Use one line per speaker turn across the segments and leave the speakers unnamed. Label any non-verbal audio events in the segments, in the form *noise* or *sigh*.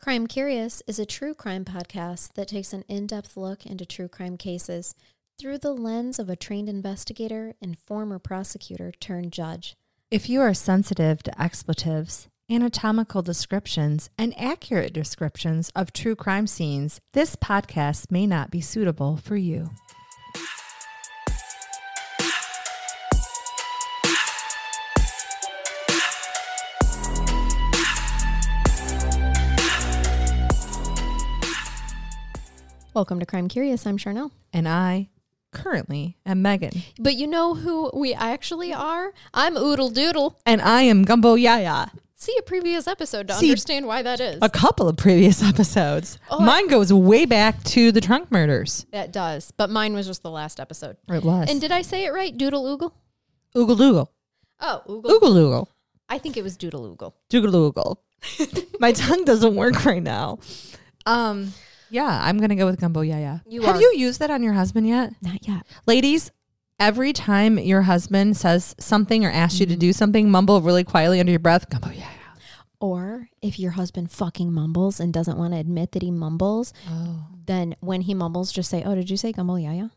Crime Curious is a true crime podcast that takes an in depth look into true crime cases through the lens of a trained investigator and former prosecutor turned judge.
If you are sensitive to expletives, anatomical descriptions, and accurate descriptions of true crime scenes, this podcast may not be suitable for you.
Welcome to Crime Curious. I'm Charnel.
And I currently am Megan.
But you know who we actually are? I'm Oodle Doodle.
And I am Gumbo Yaya.
See a previous episode to
See-
understand why that is.
A couple of previous *laughs* episodes.
Oh, I-
Mine goes way back to the trunk murders.
that does. But mine was just the last episode.
It was.
And
And
did I say it right? Doodle Oogle?
oogle doogle.
Oh, Oogle.
Oogle doogle.
I think it was Doodle Oogle.
Doogle doogle. *laughs* My tongue doesn't work right now. Um, yeah, I'm going to go with Gumbo Yaya.
You
Have
are-
you used that on your husband yet?
Not yet.
Ladies, every time your husband says something or asks you
Mm-hmm.
to do something, mumble really quietly under your breath, Gumbo Yaya.
Or if your husband fucking mumbles and doesn't want to admit that he mumbles,
Oh.
then when he mumbles, just say, "Oh, did you say gumbo yaya?"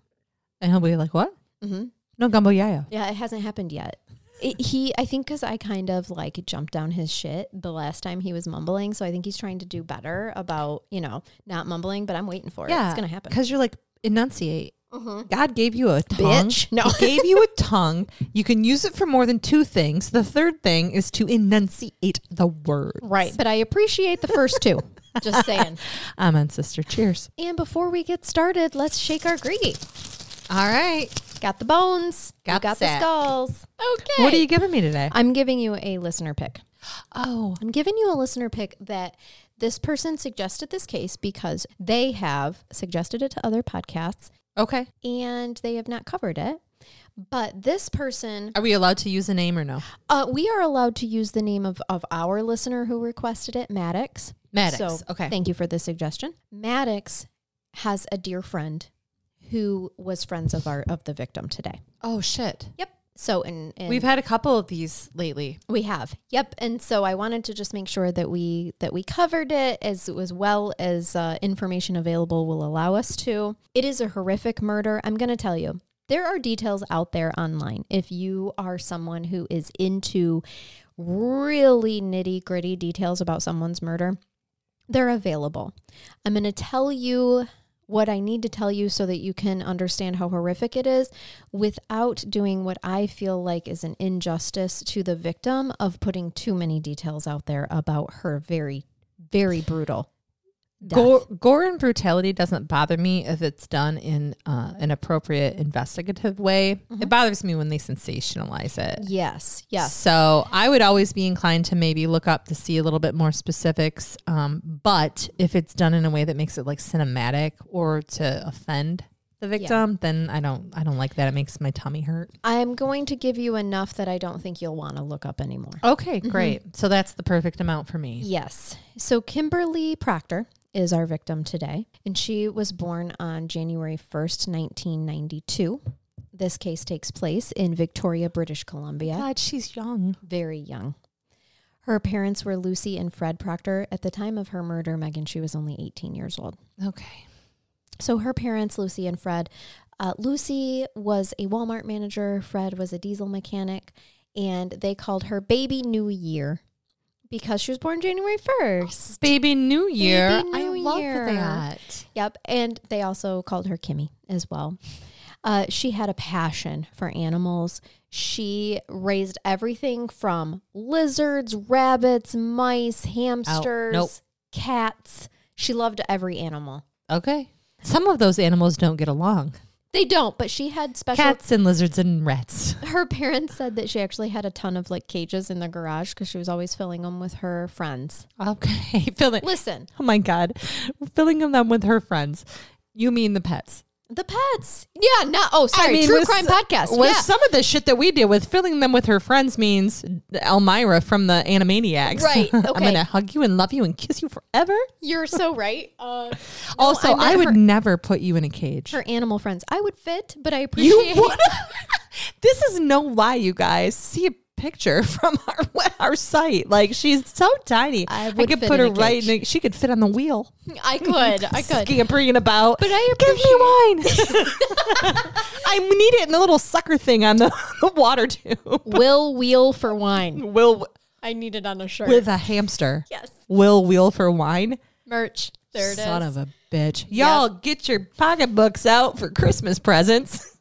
And he'll be like, what?
Mm-hmm.
No, Gumbo Yaya.
Yeah, it hasn't happened yet. It, he, I think, because I kind of like jumped down his shit the last time he was mumbling, so I think he's trying to do better about you know not mumbling. But I'm waiting for it. It's gonna happen.
Because you're like, enunciate.
Mhm.
God gave you a tongue.
Bitch, no.
He gave you a tongue. You can use it for more than two things. The third thing is to enunciate the word.
Right, but I appreciate the first *laughs* two. Just saying.
Amen, sister. Cheers.
And before we get started, let's shake our griggy.
All right.
Got the bones. you
Got
got the
that.
skulls. Okay.
What are you giving me today?
I'm giving you a listener pick.
Oh,
I'm giving you a listener pick that this person suggested this case because they have suggested it to other podcasts
okay.
and they have not covered it. But this person,
Are we allowed to use a name or no?
uh, we are allowed to use the name of, of our listener who requested it, Maddox.
Maddox.
So
okay.
thank you for the suggestion. Maddox has a dear friend who was friends of our of the victim today.
oh, shit.
Yep. So and, and
We've had a couple of these lately.
We have. Yep. And so I wanted to just make sure that we that we covered it as as well as uh, information available will allow us to. It is a horrific murder. I'm going to tell you. There are details out there online. If you are someone who is into really nitty gritty details about someone's murder, they're available. I'm going to tell you what I need to tell you so that you can understand how horrific it is without doing what I feel like is an injustice to the victim of putting too many details out there about her very, very brutal. death.
Gore, gore and brutality doesn't bother me if it's done in uh, an appropriate investigative way. It bothers me when they sensationalize it.
Yes, yes.
So I would always be inclined to maybe look up to see a little bit more specifics. Um, but if it's done in a way that makes it like cinematic or to offend the victim, then I don't I don't like that. It makes my tummy hurt.
I'm going to give you enough that I don't think you'll want to look up anymore.
Okay, great. So that's the perfect amount for me.
Yes. So Kimberly Proctor is our victim today, and she was born on January 1st, 1992. This case takes place in Victoria, British Columbia.
God, she's young.
Very young. Her parents were Lucy and Fred Proctor. At the time of her murder, Megan, she was only 18 years old.
Okay.
So her parents, Lucy and Fred, uh, Lucy was a Walmart manager, Fred was a diesel mechanic, and they called her Baby New Year because she was born January 1st.
Baby New Year.
New
I love
Year.
that.
Yep. And they also called her Kimmy as well. Uh, she had a passion for animals. She raised everything from lizards, rabbits, mice, hamsters,
nope.
cats. She loved every animal.
Okay. Some of those animals don't get along.
They don't, but she had special.
Cats and lizards and rats.
*laughs* Her parents said that she actually had a ton of like cages in the garage because she was always filling them with her friends.
Okay. *laughs* Filling
Listen,
Oh my God. Filling them with her friends. You mean the pets.
the pets. Yeah, no. Oh, sorry.
I mean,
True
with
crime
s-
podcast.
With
yeah.
some of the shit that we deal with, filling them with her friends means Elmira from the Animaniacs.
Right,
*laughs* I'm
okay.
gonna hug you and love you and kiss you forever.
You're so right. Uh,
also,
I meant
I, would
her-
never put you in a cage.
her animal *laughs* friends. I would fit, but I
*laughs* You
appreciate
would. this is no lie, you guys. See a picture from *laughs* our our site. Like she's so tiny.
I
I,
would
could
fit
put
in
her
a
right.
cage.
In a, she could fit on the wheel.
I could. I could.
Scampering about.
But I
give
*laughs*
me wine. I need it in the little sucker thing on the, *laughs* the water tube.
Will wheel for wine.
Will
I need it on a shirt.
with a hamster.
yes.
Will wheel for wine.
Merch. There it is.
Son of a bitch. Y'all get your pocketbooks out for Christmas
*laughs*
presents.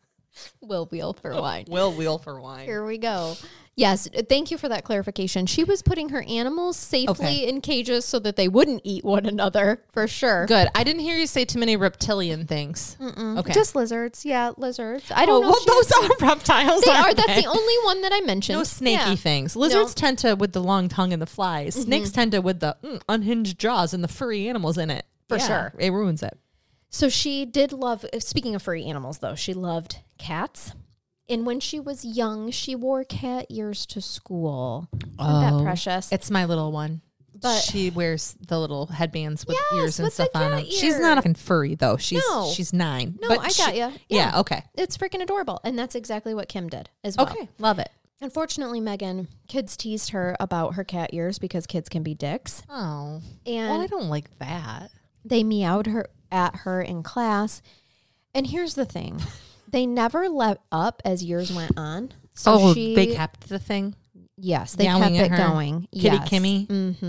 Will wheel for
Oh.
wine.
Will wheel for wine.
Here we go. Yes, thank you for that clarification. She was putting her animals safely
Okay.
in cages so that they wouldn't eat one another, for sure.
Good. I didn't hear you say too many reptilian things. Okay.
Just lizards, yeah, lizards. I
oh,
don't know.
well,
if she-
those are reptiles.
they are.
aren't
That's
they?
the only one that I mentioned.
No snaky
Yeah. Mm-hmm.
things. Lizards tend to with the long tongue and the flies. Snakes tend to with the mm, unhinged jaws and the furry animals in it. For
Yeah.
sure, it ruins it.
So she did love, uh, speaking of furry animals though, she loved cats. And when she was young, she wore cat ears to school. Isn't that
Oh.
precious?
It's my little one.
But-
she wears the little headbands with
Yes,
ears and
with the
stuff on them.
cat
She's
ear.
not fucking furry though. She's
No.
she's nine.
No, I
she-
got ya.
Yeah. Okay.
It's freaking adorable. And that's exactly what Kim did as well.
Okay. Love it.
Unfortunately, Megan, kids teased her about her cat ears because kids can be dicks.
Oh.
And
Well, I don't like that.
they meowed her at her in class. And here's the
*laughs*
thing. They never let up as years went on. So
oh,
she
they kept the thing.
Yes, they kept
Meowing at
it
her.
going.
Kitty
yes. Mm.
Kimmy.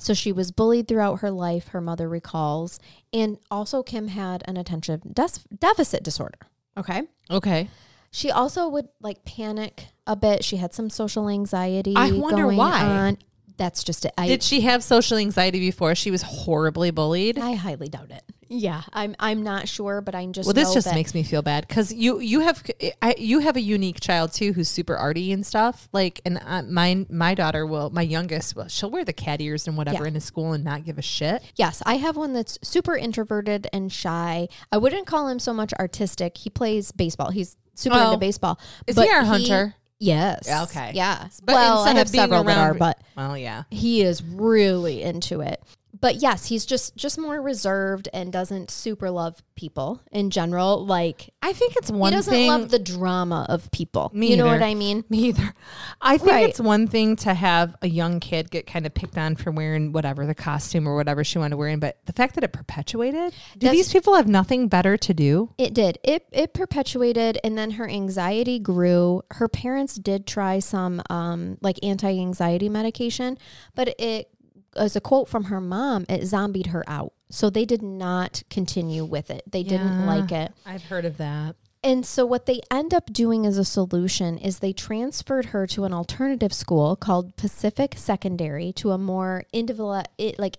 So she was bullied throughout her life, her mother recalls. And also, Kim had an attention des- deficit disorder. Okay.
Okay.
She also would like panic a bit. She had some social anxiety.
I wonder
going
why.
on. That's just it. I,
Did she have social anxiety before? She was horribly bullied.
I highly doubt it. Yeah, I'm. I'm not sure, but I'm just.
Well, this
know
just
that-
makes me feel bad because you you have I, you have a unique child too who's super arty and stuff. Like, and uh, my my daughter will, my youngest will, she'll wear the cat ears and whatever
Yeah.
into school and not give a shit.
Yes, I have one that's super introverted and shy. I wouldn't call him so much artistic. He plays baseball. He's super
Oh.
into baseball.
Is he our hunter?
Yes.
Okay.
Yeah.
But
well, I
instead
have
of being
several that are,
around-
but
Well, yeah,
he is really into it but yes he's just just more reserved and doesn't super love people in general like
I think it's one
he doesn't
thing. *laughs*
love the drama of people
Me
you know
either.
what i mean
me either. I think
Right.
it's one thing to have a young kid get kind of picked on for wearing whatever the costume or whatever she wanted to wear in, but the fact that it perpetuated. Do
That's-
these people have nothing better to do?
it did it it perpetuated and then her anxiety grew her parents did try some um like anti-anxiety medication but it as a quote from her mom it zombied her out so they did not continue with it they didn't
Yeah.
like it
I've heard of that.
And so, what they end up doing as a solution is they transferred her to an alternative school called Pacific Secondary to a more individual, it- like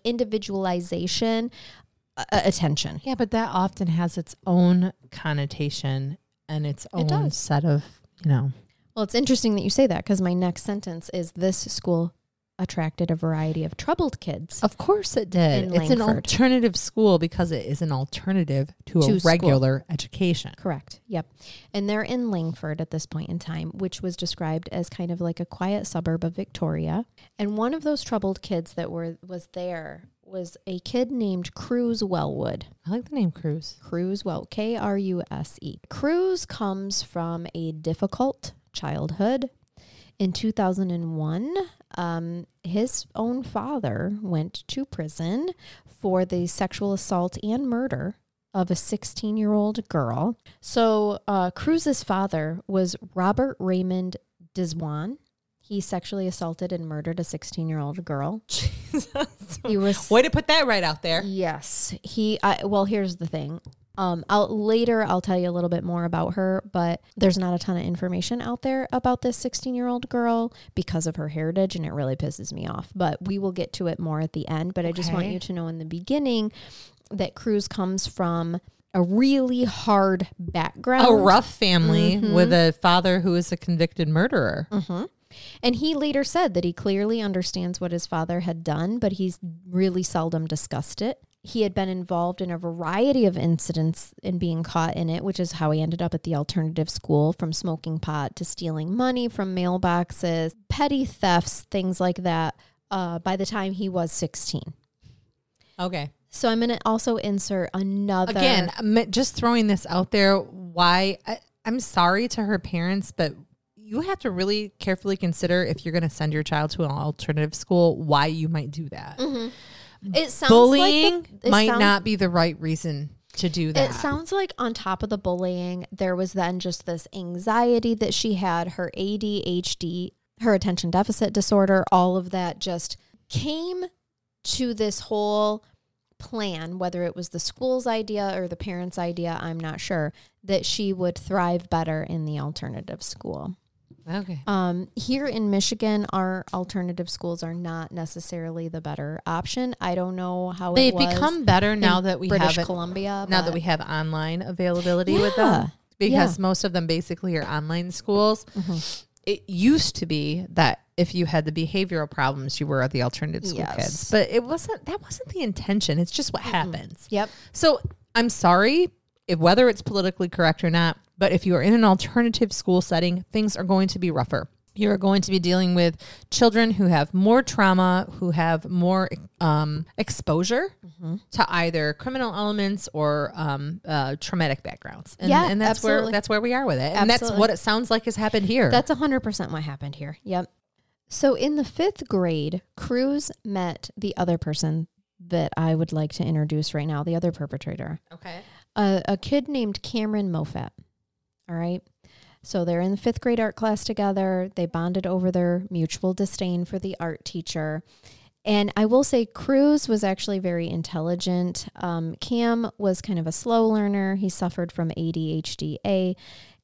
individualization uh, attention.
Yeah, but that often has its own connotation and its own
does.
set of, you know.
Well, it's interesting that you say that because my next sentence is this school attracted a variety of troubled kids.
Of course it did.
In
it's an
Langford.
alternative school because it is an alternative
To
to, a
school.
regular education.
Correct. Yep. And they're in Langford at this point in time, which was described as kind of like a quiet suburb of Victoria. And one of those troubled kids that were was there was a kid named Cruz Wellwood.
I like the name Cruz.
Cruz, well, K R U S E. Cruz comes from a difficult childhood. In 2001, um, his own father went to prison for the sexual assault and murder of a 16 year old girl. So, uh, Cruz's father was Robert Raymond Diswan. He sexually assaulted and murdered a 16 year old girl. He was
Way to put that right out there.
Yes, he. I, well, here's the thing. Um, I'll later I'll tell you a little bit more about her, but there's not a ton of information out there about this 16 year old girl because of her heritage, and it really pisses me off. But we will get to it more at the end. But I just want
Okay.
you to know in the beginning that Cruz comes from a really hard background.
A rough family with a father who is a convicted murderer.
And he later said that he clearly understands what his father had done, but he's really seldom discussed it. He had been involved in a variety of incidents and being caught in it, which is how he ended up at the alternative school from smoking pot to stealing money from mailboxes, petty thefts, things like that, uh, by the time he was 16.
Okay.
So I'm going to also insert another.
Again, I'm just throwing this out there. Why? I, I'm sorry to her parents, but you have to really carefully consider if you're going to send your child to an alternative school, why you might do that.
It sounds
Bullying
like the- it
might
sound-
not be the right reason to do that.
It sounds like on top of the bullying, there was then just this anxiety that she had, her ADHD, her attention deficit disorder, all of that just came to this whole plan, whether it was the school's idea or the parents' idea, I'm not sure, that she would thrive better in the alternative school.
okay.
Um, here in Michigan, our alternative schools are not necessarily the better option. I don't know how
They've
it was
become better now that we
British
have it,
Columbia.
now that
but-
we have online availability with
Yeah. Mm-hmm.
them because most of them basically are online schools. It used to be that if you had the behavioral problems, you were the alternative school
Yes.
kids, but it wasn't. That wasn't the intention. It's just what happens.
Yep.
So I'm sorry if whether it's politically correct or not, but if you are in an alternative school setting, things are going to be rougher. You're going to be dealing with children who have more trauma, who have more um, exposure to either criminal elements or um, uh, traumatic backgrounds, and,
Yeah,
and that's where
absolutely.
that's where we are with it, and that's
Absolutely.
what it sounds like has happened here.
That's 100% what happened here. Yep. So in the fifth grade, Cruz met the other person that I would like to introduce right now, the other perpetrator,
okay.
a, a kid named Cameron Moffat. All right. So they're in the fifth grade art class together. They bonded over their mutual disdain for the art teacher. And I will say, Cruz was actually very intelligent. Um, Cam was kind of a slow learner. He suffered from ADHDA.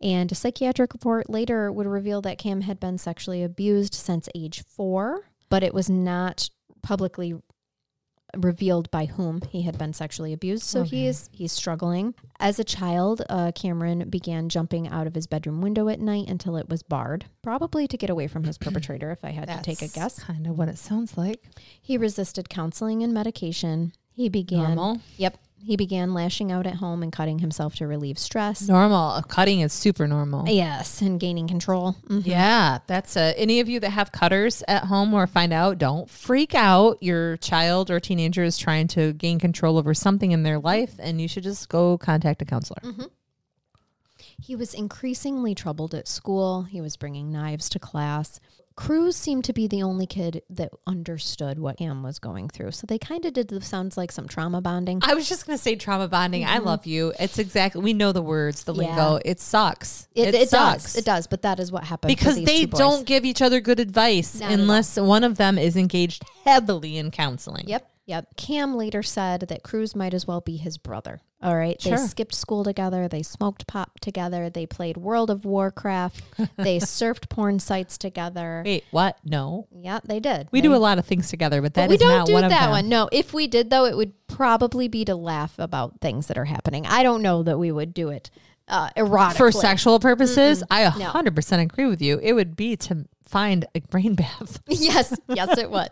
And a psychiatric report later would reveal that Cam had been sexually abused since age four, but it was not publicly revealed by whom he had been sexually abused. So he's he's struggling. As a child, uh, Cameron began jumping out of his bedroom window at night until it was barred, probably to get away from his perpetrator. If I had to take a guess,
Kind of what it sounds like.
he resisted counseling and medication. He began.
Normal.
Yep. He began lashing out at home and cutting himself to relieve stress.
Normal. Cutting is super normal.
Yes, and gaining control. Mhm.
Yeah, that's uh, any of you that have cutters at home or find out, don't freak out. Your child or teenager is trying to gain control over something in their life, and you should just go contact a counselor.
Mm-hmm. He was increasingly troubled at school. He was bringing knives to class. Cruz seemed to be the only kid that understood what Cam was going through. So they kind of did the sounds like some trauma bonding.
I was just gonna say trauma bonding. I love you. It's exactly we know the words, the
Yeah.
lingo. It sucks.
It,
It,
it
sucks.
does. It does. But that is what happened. for
because
these
they
two boys.
don't give each other good advice
Not at all.
unless one of them is engaged heavily in counseling.
Yep. Yep. Cam later said that Cruz might as well be his brother. All right. They
Sure.
skipped school together. They smoked pop together. They played World of
*laughs*
Warcraft. they surfed porn sites together.
Wait, what? No.
Yeah, they did.
We
They-
do a lot of things together, but that
we
is
don't
not
do
one of
that
them.
one. No, if we did though, it would probably be to laugh about things that are happening. I don't know that we would do it uh, erotically.
for sexual purposes, I a
No.
100% agree with you. It would be to find a brain *laughs* bath.
*laughs* yes, yes, it would.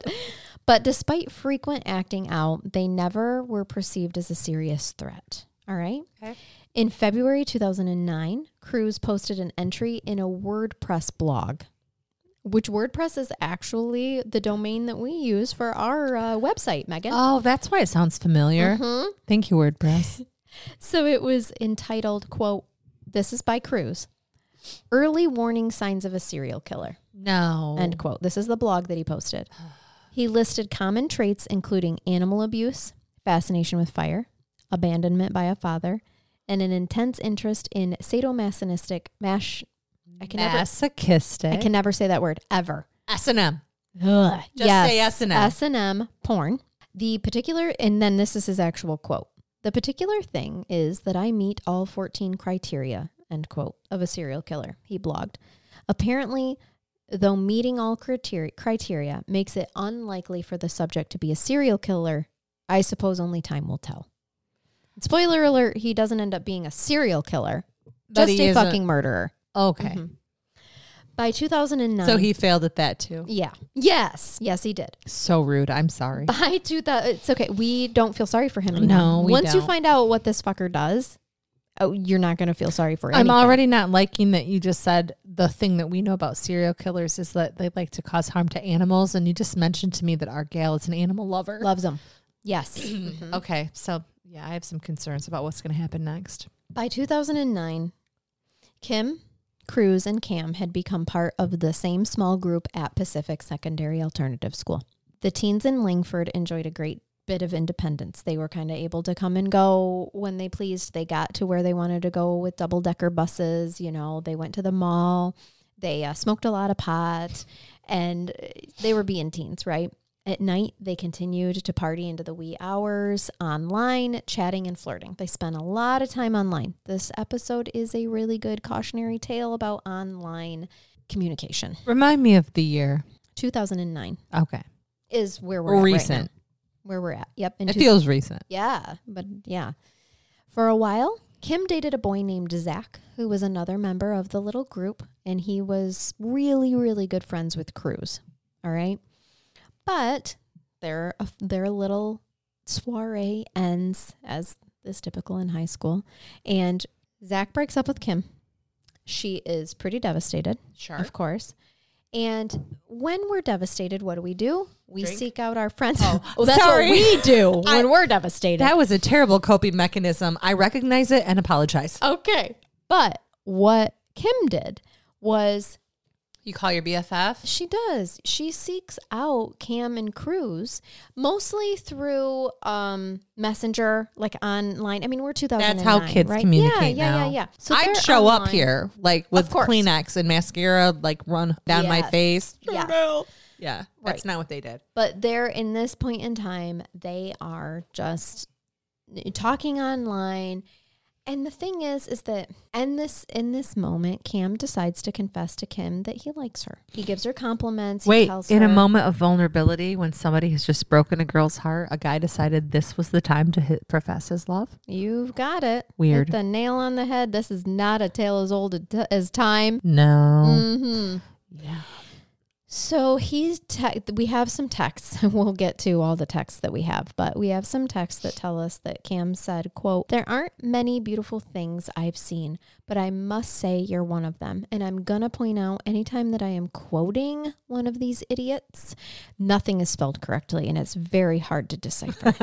But despite frequent acting out, they never were perceived as a serious threat. All right.
Okay.
In February 2009, Cruz posted an entry in a WordPress blog, which WordPress is actually the domain that we use for our uh, website, Megan.
Oh, that's why it sounds familiar. Mm-hmm. Thank you, WordPress.
So it was entitled, quote, this is by Cruz. Early warning signs of a serial killer.
no.
End quote. This is the blog that he posted. He listed common traits including animal abuse, fascination with fire, abandonment by a father, and an intense interest in sadomasochistic mash. I can never.
masochistic.
I can never say that word ever.
S&M.
Ugh.
Just say S&M.
S and M porn. The particular, and then this is his actual quote. The particular thing is that I meet all 14 criteria, end quote, of a serial killer, he blogged. Apparently, though meeting all criteria, criteria makes it unlikely for the subject to be a serial killer, I suppose only time will tell. Spoiler alert, he doesn't end up being a serial killer,
But
just
he
a
isn't-
fucking murderer.
Okay.
By 2009.
So he failed at that too.
Yeah. Yes. Yes, he did.
So rude. I'm sorry.
by 2000 it's okay we don't feel sorry for him
No,
anymore.
we
once you
don't.
find out what this fucker does oh you're not gonna feel sorry for
I'm
anything.
already not liking that you just said the thing that we know about serial killers is that they like to cause harm to animals. And you just mentioned to me that our gal is an animal lover.
loves him yes
Okay. So, yeah, I have some concerns about what's going to happen next.
by 2009 kim Cruz and Cam had become part of the same small group at Pacific Secondary Alternative School. The teens in Langford enjoyed a great bit of independence. They were kind of able to come and go when they pleased. They got to where they wanted to go with double decker buses. You know, they went to the mall. They uh, smoked a lot of pot and uh, they were being teens, right? At night, they continued to party into the wee hours online, chatting and flirting. They spent a lot of time online. This episode is a really good cautionary tale about online communication.
Remind me of the year.
2009
Okay.
is where we're at right now.
Recent.
where we're at. Yep. in
it
two-
feels recent.
yeah, but yeah. For a while, Kim dated a boy named Zach, who was another member of the little group, and he was really, really good friends with Cruz. All right, but their their little soiree ends, as is typical in high school, and Zach breaks up with Kim. She is pretty devastated,
Sure.
of course. And when we're devastated, what do we do? We
Drink?
seek out our friends. *laughs*
Oh, sorry.
we do when
I-
we're devastated.
That was a terrible coping mechanism. I recognize it and apologize.
Okay. But what Kim did was
You call your BFF?
she does. She seeks out Cam and Cruz mostly through um Messenger, like online. I mean, we're 2009.
That's how kids
right?
communicate
Yeah, yeah,
now.
yeah, yeah. they're
I'd show up
online.
here like with
course.
Kleenex and mascara, like run down my
Yes.
face.
Yes.
Yeah, yeah.
Right.
That's not what they did.
But they're in this point in time, they are just talking online. And the thing is, is that in this in this moment, Cam decides to confess to Kim that he likes her. He gives her compliments. he
Wait,
tells
in a
her-
moment of vulnerability, when somebody has just broken a girl's heart, a guy decided this was the time to hit, profess his love.
You've got it.
Weird.
Hit the nail on the head. This is not a tale as old a t- as time.
No,
hmm
yeah,
So he's te- we have some texts. *laughs* We'll get to all the texts that we have, but we have some texts that tell us that Cam said, "quote There aren't many beautiful things I've seen, but I must say you're one of them. And I'm gonna point out anytime that I am quoting one of these idiots, nothing is spelled correctly, and it's very hard to decipher.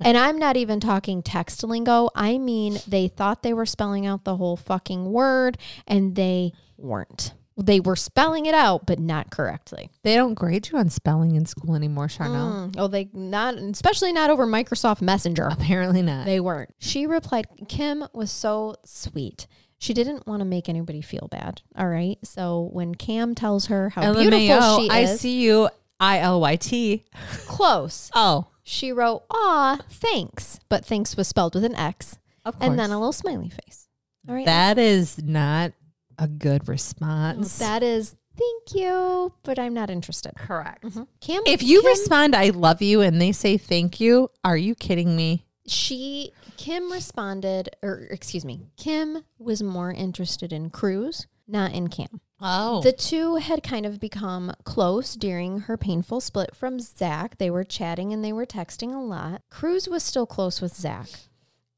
and I'm not even talking text lingo. I mean, they thought they were spelling out the whole fucking word, and they weren't." They were spelling it out, but not correctly.
they don't grade you on spelling in school anymore, Charnel.
Mm. Oh, they not, especially not over Microsoft Messenger.
Apparently not.
They weren't. She replied, Kim was so sweet. She didn't want to make anybody feel bad. All right. So when Cam tells her how beautiful she
I
is,
see you. I L Y T.
close,
Oh,
she wrote, Aw, thanks. But thanks was spelled with an X
of course.
and then a little smiley face. All right.
that is not a good
Oh,
response.
that is, thank you, but I'm not interested. Mm-hmm.
correct.
Cam,
If you
Kim,
respond, I love you, and they say thank you, are you kidding me?
she Kim responded, or excuse me, Kim was more interested in Cruz, not in Cam.
Oh,
The two had kind of become close during her painful split from Zach. They were chatting and they were texting a lot. Cruz was still close with Zach.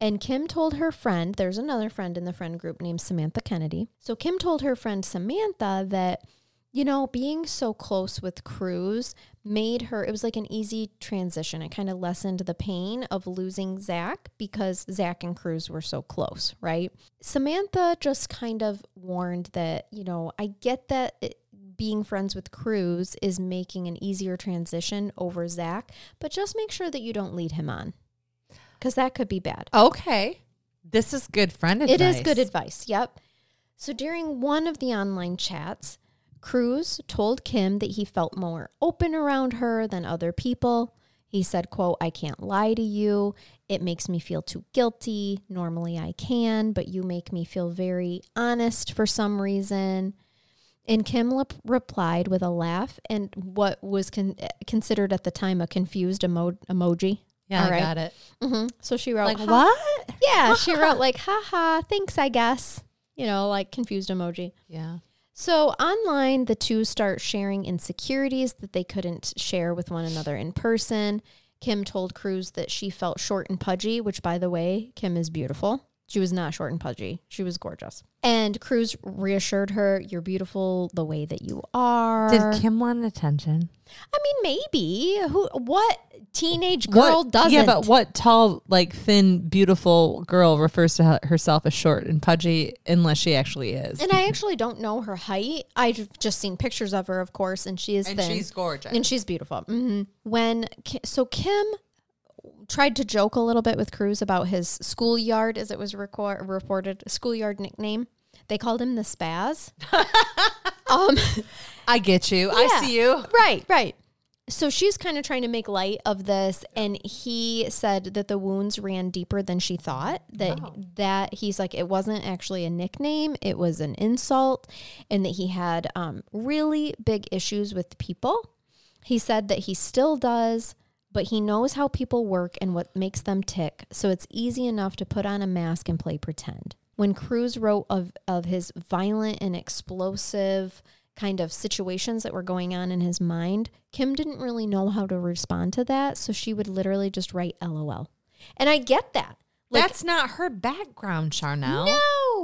And Kim told her friend, there's another friend in the friend group named Samantha Kennedy. So Kim told her friend Samantha that, you know, being so close with Cruz made her, it was like an easy transition. It kind of lessened the pain of losing Zach because Zach and Cruz were so close, right? Samantha just kind of warned that, you know, I get that it, being friends with Cruz is making an easier transition over Zach, but just make sure that you don't lead him on because that could be bad.
okay. This is good friend advice.
It is good advice. Yep. So during one of the online chats, Cruz told Kim that he felt more open around her than other people. He said, quote, I can't lie to you. It makes me feel too guilty. Normally I can, but you make me feel very honest for some reason. And Kim lep- replied with a laugh and what was con- considered at the time a confused emo- emoji.
Yeah,
All right.
I got it.
hmm So she wrote,
Like
"Ha-
what?
yeah, she wrote like, haha, thanks, I guess. You know, like confused emoji.
Yeah.
So online, the two start sharing insecurities that they couldn't share with one another in person. Kim told Cruz that she felt short and pudgy, which, by the way, Kim is beautiful. She was not short and pudgy. She was gorgeous. And Cruz reassured her, You're beautiful the way that you are.
Did Kim want attention?
I mean, maybe. Who what teenage girl
What-
doesn't?
Yeah, but what tall, like thin, beautiful girl refers to he- herself as short and pudgy unless she actually is?
and I actually don't know her height. I've just seen pictures of her, of course, and she is thin.
gorgeous.
and she's beautiful. hmm When Ki- so Kim tried to joke a little bit with Cruz about his schoolyard, as it was record, reported, schoolyard nickname. They called him the Spaz. um,
I get you.
Yeah.
I see you.
right, right. So she's kind of trying to make light of this, and he said that the wounds ran deeper than she thought. That that he's like it wasn't actually a nickname; it was an insult, and that he had um, really big issues with people. He said that he still does, but he knows how people work and what makes them tick, so it's easy enough to put on a mask and play pretend. When Cruz wrote of, of his violent and explosive kind of situations that were going on in his mind, Kim didn't really know how to respond to that, so she would literally just write LOL. And I get that. Like,
That's not her background, Charnel.
no,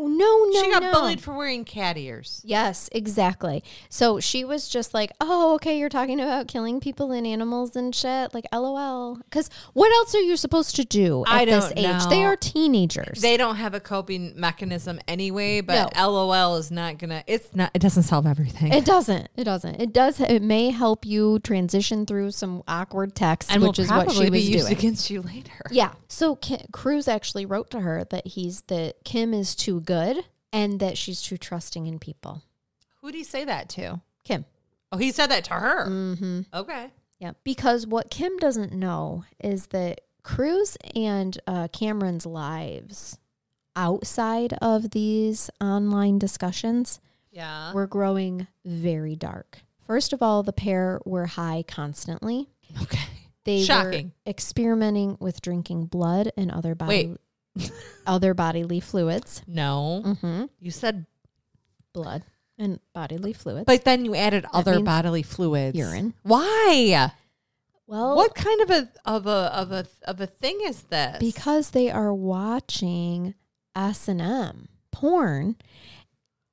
no, no.
she got
no.
bullied for wearing cat ears.
Yes, exactly. So she was just like, "Oh, okay, you're talking about killing people and animals and shit." Like, LOL. Because what else are you supposed to do at
I
this
don't
age? They
know.
are teenagers.
They don't have a coping mechanism anyway, but LOL is not gonna. It's not. It doesn't solve everything.
it doesn't. It doesn't. It does. It may help you transition through some awkward text,
and
which
will
is what
probably
she
be
was
used
doing.
against you later.
Yeah. So Ki- Cruz actually wrote to her that he's that Kim is too good and that she's too trusting in people.
Who did he say that to?
Kim.
Oh, he said that to her. Mm-hmm. Okay.
Yeah. Because what Kim doesn't know is that Cruz and uh, Cameron's lives outside of these online discussions
Yeah.
were growing very dark. First of all, the pair were high constantly.
Okay.
They
Shocking.
were experimenting with drinking blood and other body
Wait.
*laughs* other bodily fluids.
No.
hmm
You said,
Blood and bodily fluids.
but then you added other
means
bodily fluids.
urine.
Why?
well,
What kind of a of a of a of a thing is this?
because they are watching S and M porn,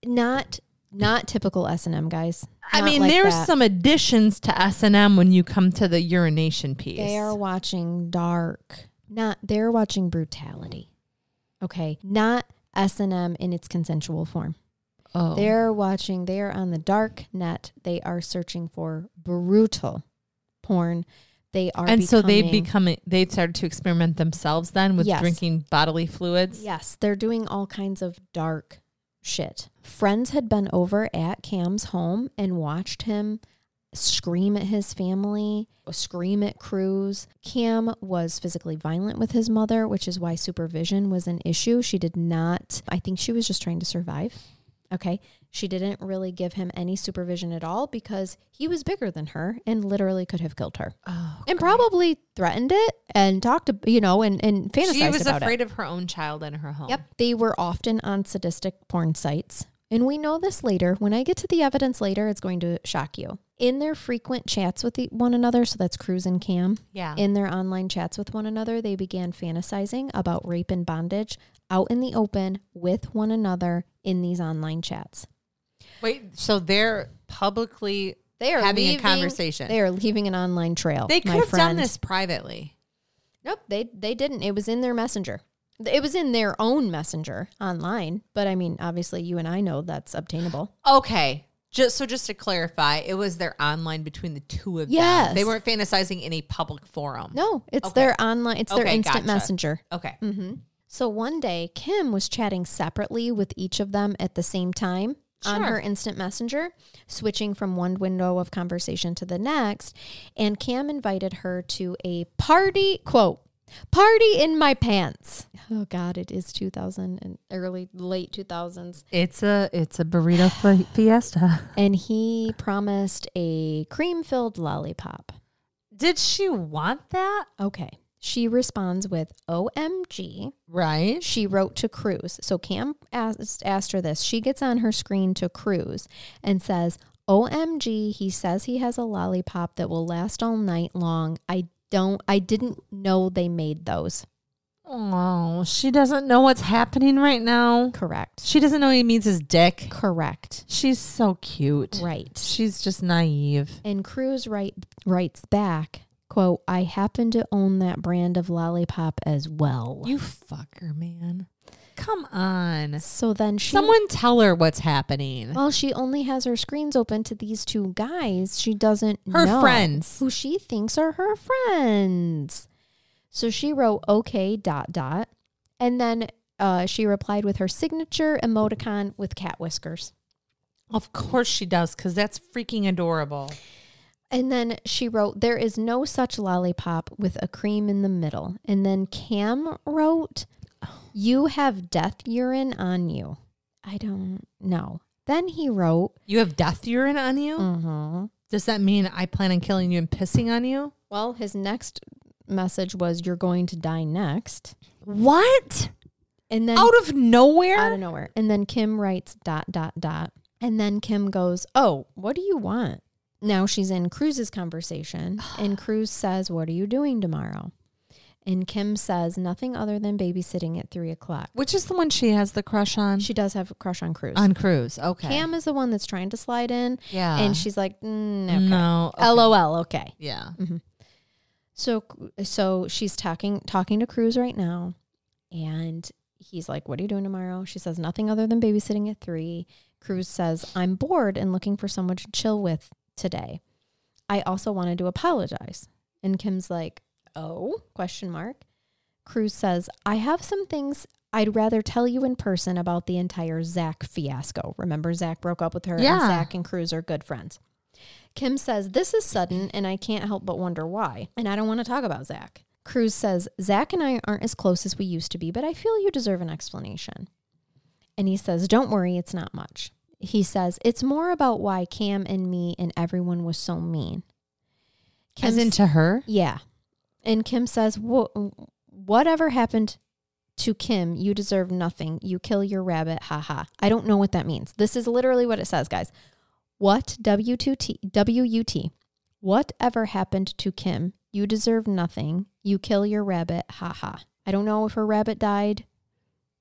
not not typical S and M guys.
I
Not
mean,
like
there's
that.
some additions to S and M when you come to the urination piece.
They are watching dark. Not they're watching brutality. Okay, not S and M in its consensual form.
oh.
They're watching. They are on the dark net. They are searching for brutal porn. They are
and so they
becoming-
become they started to experiment themselves then with
Yes.
drinking bodily fluids.
Yes, they're doing all kinds of dark shit. Friends had been over at Cam's home and watched him scream at his family, scream at Cruz. Cam was physically violent with his mother, which is why supervision was an issue. She did not, I think she was just trying to survive. Okay. She didn't really give him any supervision at all because he was bigger than her and literally could have killed her.
Oh,
And probably threatened it and talked, ab- you know, and, and fantasized
she was
about it.
afraid of her own child in her home.
Yep. They were often on sadistic porn sites. And we know this later. When I get to the evidence later, it's going to shock you. In their frequent chats with the, one another, so that's Cruz and Cam,
Yeah.
in their online chats with one another, they began fantasizing about rape and bondage out in the open with one another in these online chats.
Wait. So they're publicly
They are
having
leaving-
a conversation.
They are leaving an online trail.
They could
my
have done
friend.
this privately.
Nope, they they didn't. It was in their messenger. It was in their own messenger online, but I mean, obviously, you and I know that's obtainable.
Okay. Just so just to clarify, it was their online between the two of
Yes.
them. They weren't fantasizing in a public forum.
No, it's
Okay.
their online. It's their
Okay,
instant
gotcha.
messenger.
Okay.
hmm So one day, Kim was chatting separately with each of them at the same time on
Sure.
her instant messenger, switching from one window of conversation to the next. And Cam invited her to a party. Quote. Party in my pants. Oh God, it is 2000 and early, late 2000s.
It's a it's a burrito fi- fiesta.
And he promised a cream filled lollipop.
Did she want that?
Okay. She responds with OMG.
Right.
she wrote to Cruz. So Cam asked, asked her this. She gets on her screen to Cruz and says, "OMG, he says he has a lollipop that will last all night long. I don't I didn't know they made those."
Oh, she doesn't know what's happening right now.
Correct.
She doesn't know he means his dick.
Correct.
She's so cute.
Right.
She's just naive.
And Cruz write, writes back, quote, I happen to own that brand of lollipop as well.
You fucker, man. Come on.
so then she
Someone tell her what's happening.
Well, she only has her screens open to these two guys. She doesn't
Her
know
friends.
who she thinks are her friends. So she wrote okay dot dot, and then uh, she replied with her signature emoticon with cat whiskers.
Of course she does, because that's freaking adorable.
And then she wrote, There is no such lollipop with a cream in the middle. And then Cam wrote, You have death urine on you. I don't know. Then he wrote,
You have death urine on you?
mm-hmm.
Does that mean I plan on killing you and pissing on you?
Well, his next message was, You're going to die next.
What?
And then
Out of nowhere?
out of nowhere. And then Kim writes, dot, dot, dot. And then Kim goes, Oh, what do you want? Now she's in Cruz's
*sighs*
conversation. And Cruz says, What are you doing tomorrow? And Kim says, Nothing other than babysitting at three o'clock.
Which is the one she has the crush on?
She does have a crush on Cruz.
on Cruz. Okay.
Cam is the one that's trying to slide in.
yeah.
and she's like, mm, okay.
Uh, No. okay.
LOL, okay.
Yeah.
So so she's talking talking to Cruz right now, and he's like, "What are you doing tomorrow?" She says nothing other than babysitting at three. Cruz says, "I'm bored and looking for someone to chill with today. I also wanted to apologize." And Kim's like, "Oh?" question mark. Cruz says, "I have some things." I'd rather tell you in person about the entire Zach fiasco. Remember, Zach broke up with her, and
Yeah.
Zach and Cruz are good friends. Kim says, This is sudden, and I can't help but wonder why. And I don't want to talk about Zach. Cruz says, Zach and I aren't as close as we used to be, but I feel you deserve an explanation. And he says, Don't worry, it's not much. He says, It's more about why Cam and me and everyone was so mean. Kim
As
s-
into her?
yeah. And Kim says, "Wha- whatever happened to Kim, you deserve nothing. You kill your rabbit. Ha ha. I don't know what that means. This is literally what it says, guys. What W2T, WUT, whatever happened to Kim, you deserve nothing. You kill your rabbit. Ha ha. I don't know if her rabbit died.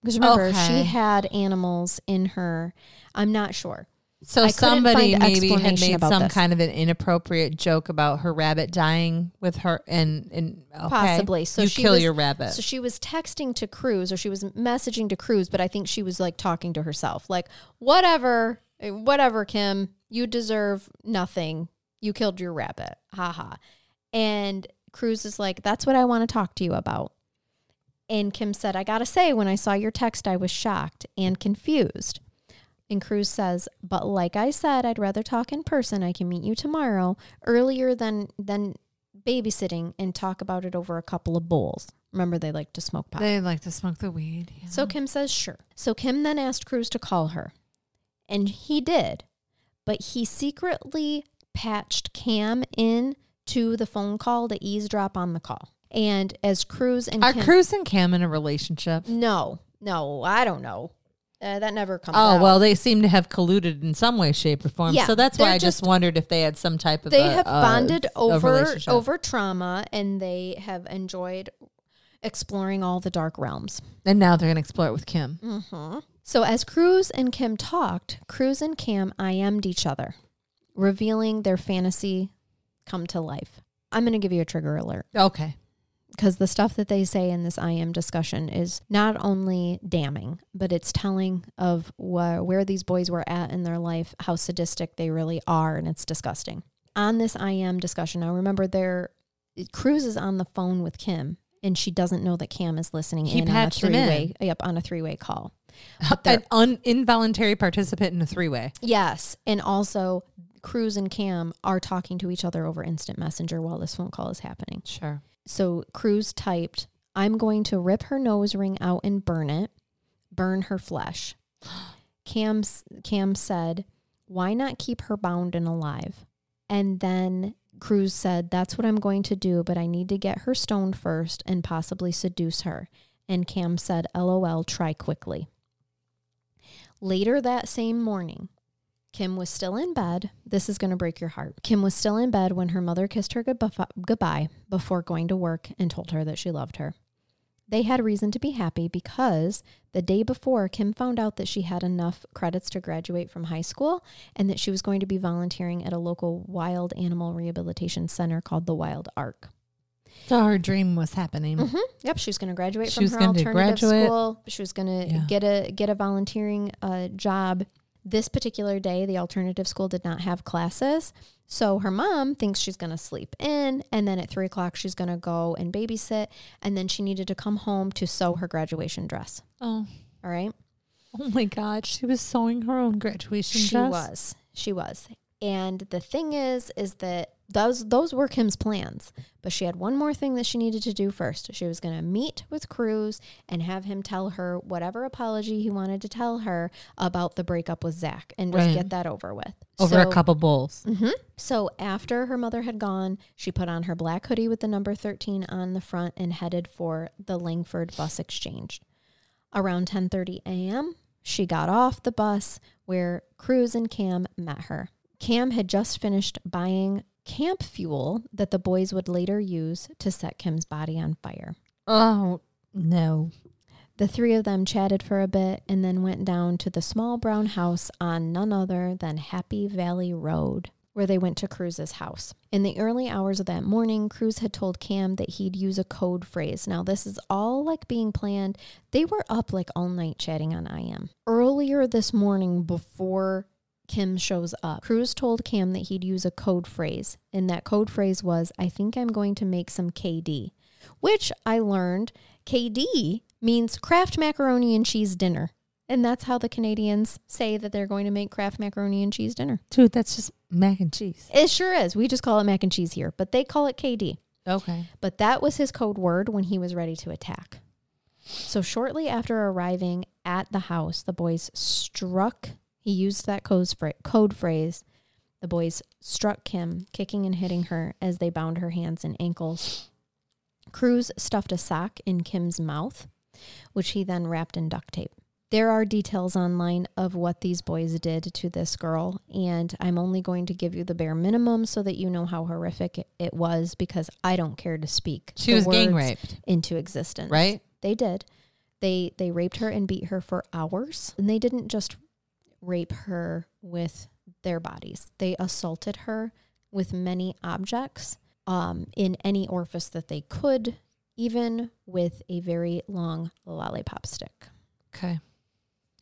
Because remember,
Okay.
she had animals in her. I'm not sure.
So
I couldn't
somebody
find
maybe had
explanation
made
about
some
this.
kind of an inappropriate joke about her rabbit dying with her, and and okay.
Possibly. So
you
she
kill
was-
your rabbit.
So she was texting to Cruz or she was messaging to Cruz, but I think she was like talking to herself, like, whatever, eh, whatever, Kim, you deserve nothing. You killed your rabbit. Ha ha. And Cruz is like, that's what I want to talk to you about. And Kim said, I got to say, when I saw your text, I was shocked and confused. And Cruz says, "But like I said, I'd rather talk in person. I can meet you tomorrow earlier than than babysitting and talk about it over a couple of bowls. Remember, they like to smoke pot.
they like to smoke the weed. yeah.
so Kim says, "Sure." So Kim then asked Cruz to call her, and he did, but he secretly patched Cam in to the phone call to eavesdrop on the call. And as Cruz and
Are
Kim,
Cruz and Cam in a relationship?
Mm, no, no, I don't know. Uh, that never comes.
Oh
out.
well, they seem to have colluded in some way, shape, or form.
Yeah,
so that's why
they're
I just,
just-
wondered if they had some type uh, of.
they
a-
have
a-
bonded
a
over
relationship.
over trauma and they have enjoyed exploring all the dark realms
and now they're gonna explore it with Kim. Mm-hmm.
so as cruz and kim talked cruz and cam im'd each other revealing their fantasy come to life i'm going to give you a trigger alert
Okay,
because the stuff that they say in this im discussion is not only damning but it's telling of wh- where these boys were at in their life how sadistic they really are and it's disgusting on this im discussion now remember there cruz is on the phone with kim and she doesn't know that cam is listening
He
in on a
patched him
three-way yep on a three-way call
an un- involuntary participant in a three-way.
yes and also cruz and cam are talking to each other over instant messenger while this phone call is happening
Sure.
So Cruz typed, I'm going to rip her nose ring out and burn it, burn her flesh. Cam, s- Cam said, Why not keep her bound and alive? And then Cruz said, That's what I'm going to do, but I need to get her stoned first and possibly seduce her. And Cam said, LOL, try quickly. Later that same morning, Kim was still in bed. This is going to break your heart. Kim was still in bed when her mother kissed her goodbye goodbye before going to work and told her that she loved her. They had reason to be happy because the day before, Kim found out that she had enough credits to graduate from high school and that she was going to be volunteering at a local wild animal rehabilitation center called the Wild Ark.
So her dream was happening.
hmm Yep, she was going to graduate
She
from
was
her
gonna
alternative
graduate.
school. She was going to
Yeah.
get a get a volunteering uh, job. This particular day, the alternative school did not have classes, so her mom thinks she's going to sleep in, and then at three o'clock she's going to go and babysit, and then she needed to come home to sew her graduation dress.
*laughs* Oh,
All right,
oh my God. She was sewing her own graduation
she
dress.
was, she was, and the thing is, is that those those were Kim's plans, but she had one more thing that she needed to do first. She was going to meet with Cruz and have him tell her whatever apology he wanted to tell her about the breakup with Zach and just
Right.
get that over with.
Over
So-
a couple bowls.
Mhm. So after her mother had gone, she put on her black hoodie with the number 13 on the front and headed for the Langford bus exchange. Around 10:30 a.m., she got off the bus where Cruz and Cam met her. Cam had just finished buying camp fuel that the boys would later use to set Kim's body on fire.
*laughs* Oh, no.
The three of them chatted for a bit and then went down to the small brown house on none other than Happy Valley Road, where they went to Cruz's house. In the early hours of that morning, Cruz had told Cam that he'd use a code phrase. Now, this is all like being planned. They were up like all night chatting on IM. Earlier this morning, before Kim shows up, Cruz told Cam that he'd use a code phrase, and that code phrase was, I think I'm going to make some KD which I learned KD means Kraft macaroni and cheese dinner. And that's how the Canadians say that they're going to make Kraft macaroni and cheese dinner.
Dude, that's just mac and cheese.
It sure is. We just call it mac and cheese here, but they call it KD.
Okay.
But that was his code word when he was ready to attack. So shortly after arriving at the house, the boys struck. He used that code, phra- code phrase. The boys struck Kim, kicking and hitting her as they bound her hands and ankles. Cruz stuffed a sock in Kim's mouth, which he then wrapped in duct tape. There are details online of what these boys did to this girl, and I'm only going to give you the bare minimum so that you know how horrific it- it was because I don't care to speak.
She
the
was gang
words
raped,
into existence.
*laughs* right?
They did. They they raped her and beat her for hours. And they didn't just rape her with their bodies. They assaulted her with many objects um, in any orifice that they could, even with a very long lollipop stick.
Okay.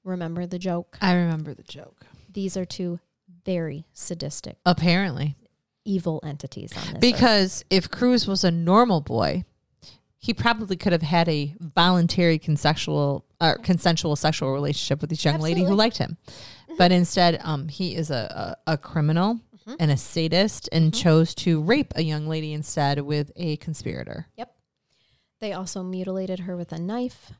Remember the joke?
I remember the joke.
These are two very sadistic,
Apparently.
evil entities on this. earth.
Because if Cruz was a normal boy, he probably could have had a voluntary consensual or consensual sexual relationship with this young lady who
Absolutely. Mm-hmm.
liked him. But instead, um, he is a, a, a criminal
Mm-hmm.
and a sadist and chose to rape a young lady instead with a conspirator.
They also mutilated her with a knife,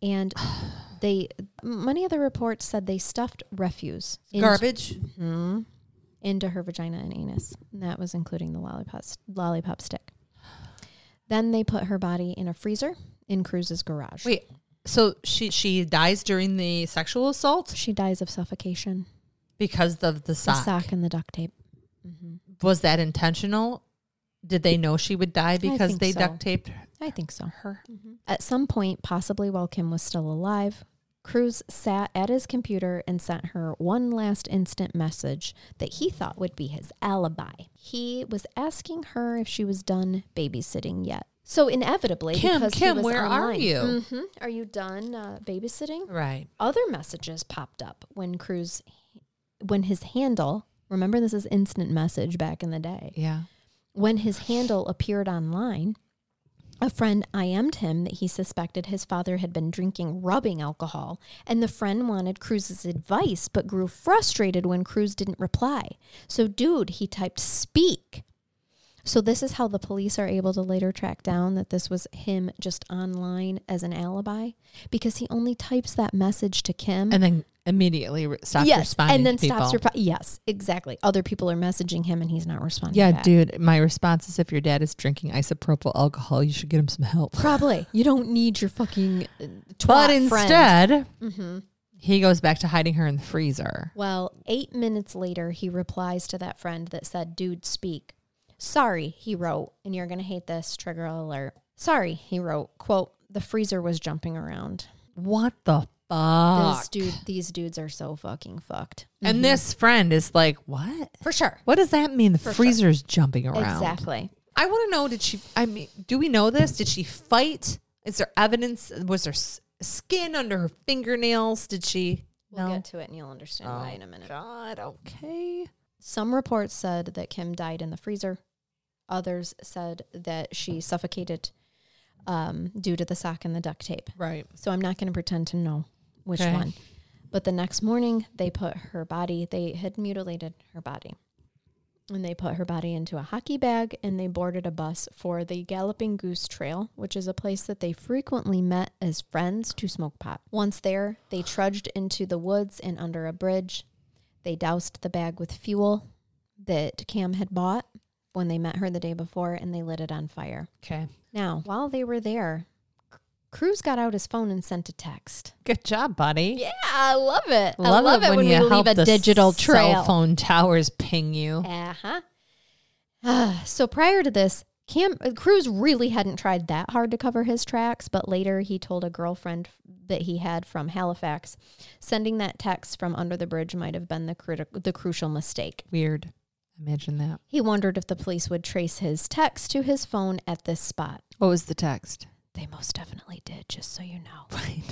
and *sighs* they many of the reports said they stuffed refuse into,
Garbage.
Mhm. into her vagina and anus. And that was including the lollipop s- lollipop stick. Then they put her body in a freezer in Cruz's garage.
Wait, so she she dies during the sexual assault
she dies of suffocation.
because of the
The
sock.
sock and the duct tape. hmm
Was that intentional? Did they know she would die because
think
they
so.
duct taped
I think so.
her?
At some point, possibly while Kim was still alive, Cruz sat at his computer and sent her one last instant message that he thought would be his alibi. He was asking her if she was done babysitting yet. So inevitably,
Kim,
because he
Kim,
was
where are
online-
you?
Mhm. Are you done uh, babysitting?
Right.
Other messages popped up when Cruz, when his handle. Remember, this is instant message back in the day.
Yeah.
When his handle appeared online, a friend IM'd him that he suspected his father had been drinking rubbing alcohol, and the friend wanted Cruz's advice but grew frustrated when Cruz didn't reply. So, dude, he typed speak. So, this is how the police are able to later track down that this was him just online as an alibi because he only types that message to Kim
and then immediately re- stops
Mm-hmm.
responding.
and then
to people.
stops. Repi- yes, exactly. Other people are messaging him and he's not responding.
Yeah,
back.
dude. My response is: if your dad is drinking isopropyl alcohol, you should get him some help.
Probably. You don't need your fucking uh, twat
*laughs* But
friend. Mm-hmm.
instead, he goes back to hiding her in the freezer.
Well, eight minutes later, he replies to that friend that said, Dude, speak. Sorry, he wrote, and you're going to hate this trigger alert. Sorry, he wrote, quote, the freezer was jumping around.
What the fuck?
This dude, these dudes are so fucking fucked. Mm-hmm.
And this friend is like, what?
For sure.
What does that mean? The freezer's jumping around.
Exactly.
I want to know did she, I mean, do we know this? Did she fight? Is there evidence? Was there s- skin under her fingernails? Did she?
We'll get to it and you'll understand why in a minute.
God, okay.
Some reports said that Kim died in the freezer. Others said that she suffocated um, due to the sock and the duct tape.
Right.
So I'm not going to pretend to know which
Okay.
one. But the next morning, they put her body, they had mutilated her body. And they put her body into a hockey bag and they boarded a bus for the Galloping Goose Trail, which is a place that they frequently met as friends to smoke pot. Once there, they trudged into the woods and under a bridge. They doused the bag with fuel that Cam had bought when they met her the day before and they lit it on fire.
Okay.
Now, while they were there, C- Cruz got out his phone and sent a text.
Good job, buddy.
Yeah, I love it.
Love,
I love it when, we
you help
leave a
the
digital trail.
Cell phone towers ping you.
Uh-huh. Ah, *sighs* so prior to this, Cam uh, Cruz really hadn't tried that hard to cover his tracks, but later he told a girlfriend that he had from Halifax, sending that text from under the bridge might have been the critical, the crucial mistake.
Weird. Imagine that.
He wondered if the police would trace his text to his phone at this spot.
What was the text?
They most definitely did, just so you know.
Right.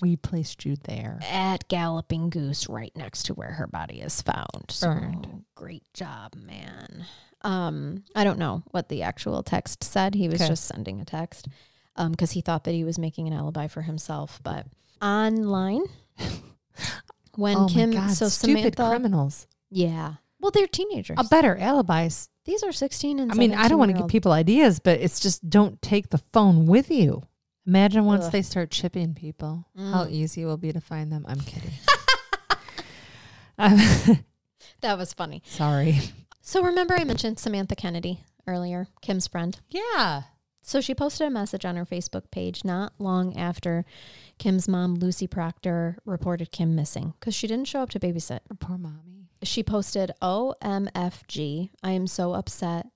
We placed you there.
at Galloping Goose, right next to where her body is found. So,
Burned.
Great job, man. Um, I don't know what the actual text said. He was
Okay.
just sending a text because he thought that he was making an alibi for himself. But
*laughs*
online, when
oh
Kim,
my God,
so
stupid
Samantha,
criminals.
yeah. Well, they're teenagers.
A better alibis.
These are sixteen and.
I mean, I don't want to give
17-year-old.
people ideas, but it's just don't take the phone with you. Imagine once
Ugh.
they start chipping people, how
Mm.
easy it will be to find them.
*laughs*
I'm kidding. *laughs* I'm *laughs*
That was funny.
sorry.
So remember, I mentioned Samantha Kennedy earlier, Kim's friend.
Yeah.
So she posted a message on her Facebook page not long after Kim's mom, Lucy Proctor, reported Kim missing because she didn't show up to babysit.
Poor mommy.
She posted, OMFG, I am so upset.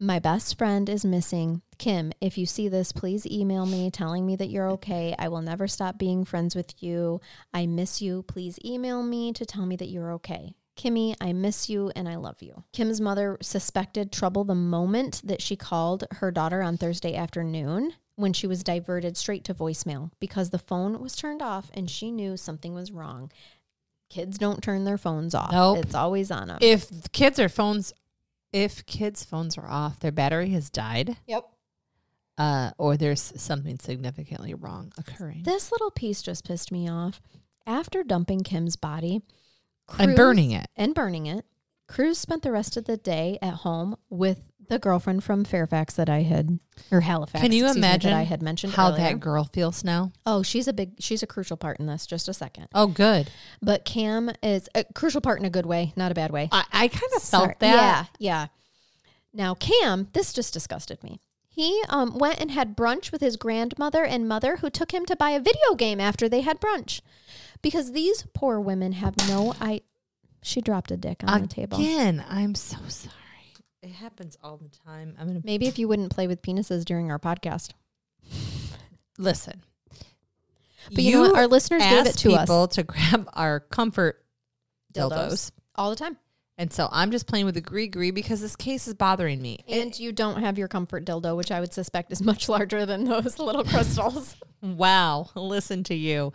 My best friend is missing. Kim, if you see this, please email me telling me that you're okay. I will never stop being friends with you. I miss you. Please email me to tell me that you're okay. Kimmy, I miss you and I love you. Kim's mother suspected trouble the moment that she called her daughter on Thursday afternoon when she was diverted straight to voicemail because the phone was turned off and she knew something was wrong. Kids don't turn their phones off.
Nope.
It's always on them.
If the kids are phones, if kids' phones are off, their battery has died,
Yep.
uh, or there's something significantly wrong occurring
This little piece just pissed me off. After dumping Kim's body
and
Cruz-
burning it.
and burning it, Cruz spent the rest of the day at home with the girlfriend from Fairfax that I had or Halifax.
Can you
excuse me,
imagine
that I had mentioned
How
earlier.
that girl feels now?
Oh, she's a big, she's a crucial part in this. Just a second,
Oh, good.
but Cam is a crucial part in a good way, not a bad way.
I, I kind of
Sorry.
felt that.
Yeah, yeah. Now Cam, this just disgusted me. He um, went and had brunch with his grandmother and mother, who took him to buy a video game after they had brunch, because these poor women have no. I, she dropped a dick on the table.
Again, I'm so sorry. It happens all the time. I'm gonna
Maybe if you wouldn't play with penises during our podcast.
listen.
But you, know what? Our listeners gave it
ask
to us
people to grab *laughs* our comfort dildos.
all the time.
and so I'm just playing with the gree gree because this case is bothering me.
And you don't have your comfort dildo, which I would suspect is much larger than those *laughs* little crystals.
Wow, listen to you.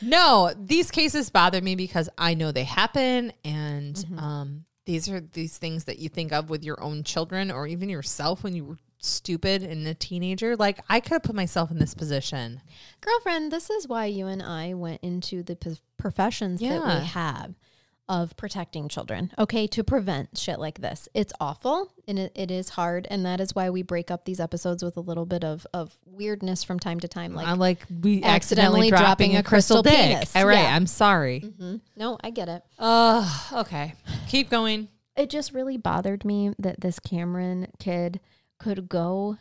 No, these cases bother me because I know they happen, and
Mm-hmm.
um, these are these things that you think of with your own children or even yourself when you were stupid and a teenager. Like I could have put myself in this position.
Girlfriend, this is why you and I went into the p- professions that
Yeah.
we have of protecting children, okay, to prevent shit like this. It's awful and it, it is hard. And that is why we break up these episodes with a little bit of, of weirdness from time to time. Like,
I like we
accidentally dropping a crystal penis.
All right,
Yeah.
I'm sorry.
mhm. no, I get it.
Oh, okay. Keep going.
it just really bothered me that this Cameron kid could go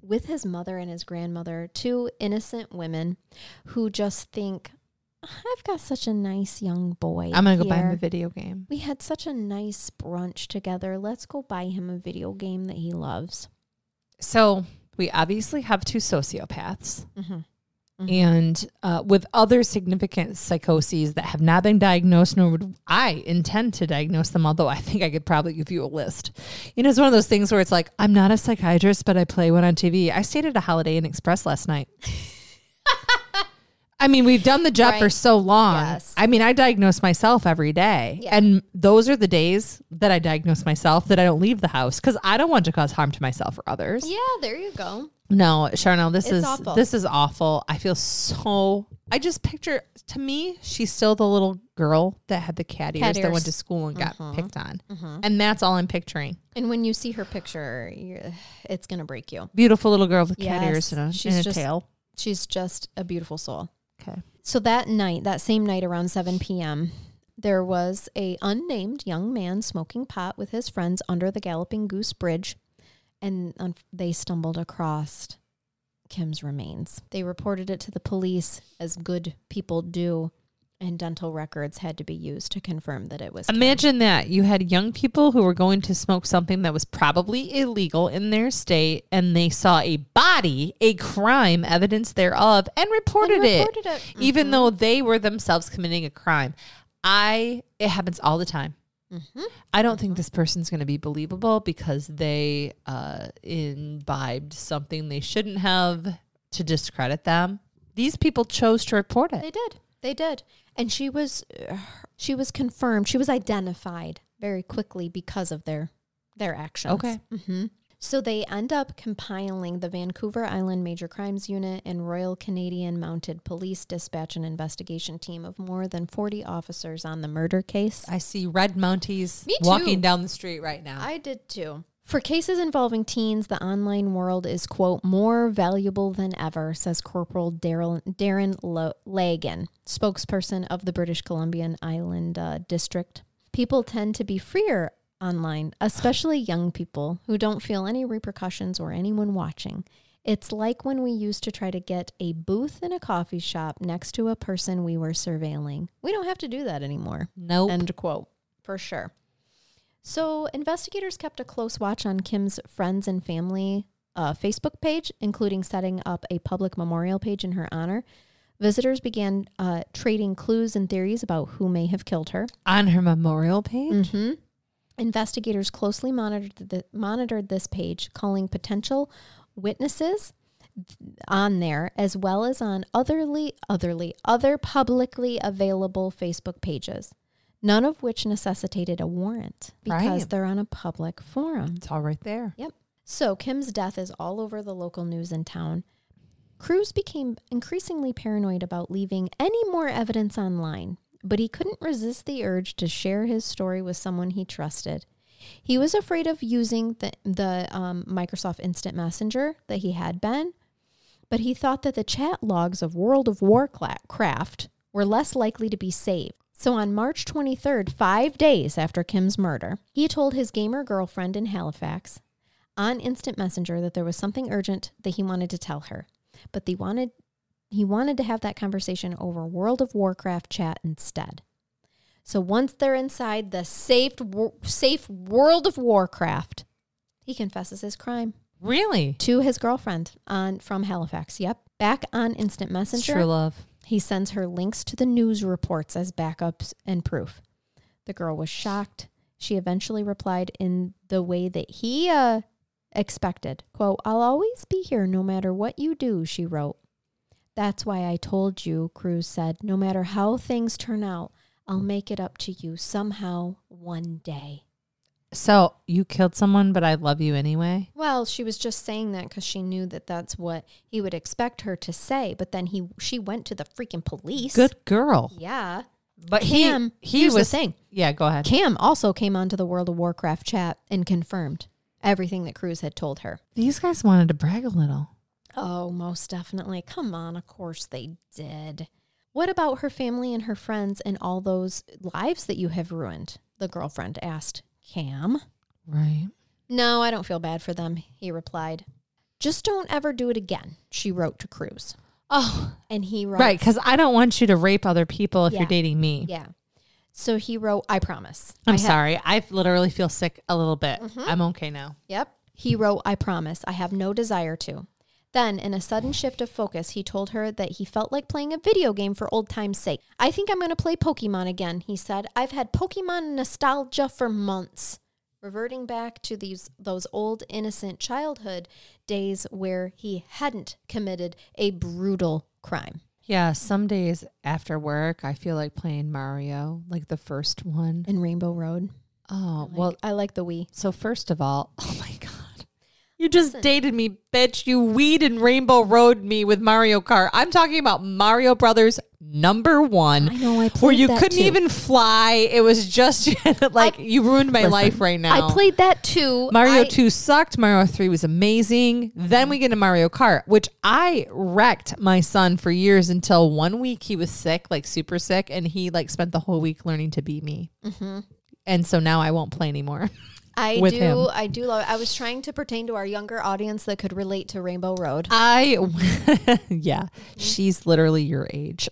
with his mother and his grandmother, two innocent women who just think, I've got such a nice young boy.
I'm gonna go buy him
here.
a video game.
We had such a nice brunch together. Let's go buy him a video game that he loves.
So we obviously have two sociopaths
Mm-hmm.
and uh, with other significant psychoses that have not been diagnosed, nor would I intend to diagnose them, although I think I could probably give you a list. You know, it's one of those things where it's like, I'm not a psychiatrist, but I play one on TV. I stayed at a Holiday Inn Express last
*laughs*
night. I mean, we've done the job for
Right.
so long.
Yes.
I mean, I diagnose myself every day. And those are the days that I diagnose myself that I don't leave the house because I don't want to cause harm to myself or others.
Yeah, there you go.
No, Charnel, this
It's
is
awful.
this is awful. I feel so. I just picture to me, she's still the little girl that had the cat ears,
Cat
that went
ears. Uh-huh.
to school and got picked on, and that's all I'm picturing.
And when you see her picture, you're, it's going to break you.
Beautiful little girl with cat
Yes,
ears and a,
she's
and a
just-
tail.
She's just a beautiful soul.
Okay,
So that night, that same night around 7 p.m., there was a unnamed young man smoking pot with his friends under the Galloping Goose Bridge, and un- they stumbled across Kim's remains. They reported it to the police as good people do, and dental records had to be used to confirm that it was. Kim.
imagine that you had young people who were going to smoke something that was probably illegal in their state, and they saw a body, a crime, evidence thereof, and reported,
And
it.
reported it. Mm-hmm.
even though they were themselves committing a crime. I it happens all the time.
Mm-hmm.
I don't think this person's going to be believable because they uh, imbibed something they shouldn't have to discredit them. These people chose to report it.
They did. They did. And she was she was confirmed. She was identified very quickly because of their their actions.
Okay.
hmm So they end up compiling the Vancouver Island Major Crimes Unit and Royal Canadian Mounted Police Dispatch and Investigation Team of more than 40 officers on the murder case.
I see red Mounties
Me too.
walking down the street right now.
I did too. For cases involving teens, the online world is, quote, more valuable than ever, says Corporal Daryl, Darren Lo- Lagan, spokesperson of the British Columbian Island uh, District. People tend to be freer online, especially young people who don't feel any repercussions or anyone watching. It's like when we used to try to get a booth in a coffee shop next to a person we were surveilling. We don't have to do that anymore.
nope.
End quote. For sure. So investigators kept a close watch on Kim's friends and family uh, Facebook page, including setting up a public memorial page in her honor. Visitors began uh, trading clues and theories about who may have killed her.
On her memorial page,
hmm Investigators closely monitored the, monitored this page, calling potential witnesses on there as well as on otherly otherly other publicly available Facebook pages. None of which necessitated a warrant because
Right.
they're on a public forum.
it's all right there.
Yep. So Kim's death is all over the local news in town. Cruz became increasingly paranoid about leaving any more evidence online, but he couldn't resist the urge to share his story with someone he trusted. He was afraid of using the, the um, Microsoft Instant Messenger that he had been, but he thought that the chat logs of World of Warcraft were less likely to be saved. So on March 23rd, five days after Kim's murder, he told his gamer girlfriend in Halifax on instant messenger that there was something urgent that he wanted to tell her but they wanted he wanted to have that conversation over world of warcraft chat instead so once they're inside the safe, safe world of warcraft he confesses his crime
Really?
to his girlfriend on from halifax yep back on instant
It's
messenger
true love.
he sends her links to the news reports as backups and proof. The girl was shocked. She eventually replied in the way that he uh, expected. Quote, I'll always be here no matter what you do, she wrote. That's why I told you, Cruz said, no matter how things turn out, I'll make it up to you somehow one day.
So you killed someone, but I love you anyway.
Well, she was just saying that because she knew that that's what he would expect her to say. But then he, she went to the freaking police.
Good girl.
Yeah.
But
Cam,
he he
here's the
was
thing.
Yeah, go ahead.
Cam also came onto the World of Warcraft chat and confirmed everything that Cruz had told her.
These guys wanted to brag a little.
Oh, most definitely. Come on, of course they did. What about her family and her friends and all those lives that you have ruined? The girlfriend asked Cam.
Right.
No, I don't feel bad for them, he replied. Just don't ever do it again, she wrote to Cruz.
Oh,
And he wrote,
right. Because I don't want you to rape other people if
Yeah.
you're dating me.
Yeah. So he wrote, I Mm-hmm. promise.
I'm
I ha-
sorry. I literally feel sick a little bit. I'm okay now.
Yep. He wrote, I promise, I have no desire to. Then, in a sudden shift of focus, he told her that he felt like playing a video game for old time's sake. I think I'm going to play Pokemon again, he said. I've had Pokemon nostalgia for months. Reverting back to these those old innocent childhood days where he hadn't committed a brutal crime.
Yeah, some days after work, I feel like playing Mario, like the first one.
In Rainbow Road.
Oh,
Like,
well,
I like the Wii.
so first
*laughs*
of all, oh my God. You just dated me, bitch. You weed and rainbow road me with Mario Kart. I'm talking about Mario Brothers number one.
I know, I
Where
played
you
that
couldn't
too.
even fly. It was just *laughs* like you ruined my life right now.
I played that too.
Mario
I- Mm-hmm.
2 sucked. Mario 3 was amazing. Then we get to Mario Kart, which I wrecked my son for years until one week he was sick, like super sick, and he like spent the whole week learning to beat me.
Mm-hmm.
And so now I won't play anymore. *laughs*
I
with
do.
him.
I do love. I was trying to pertain to our younger audience that could relate to Rainbow
Ah,
Road.
I, yeah, she's literally your age.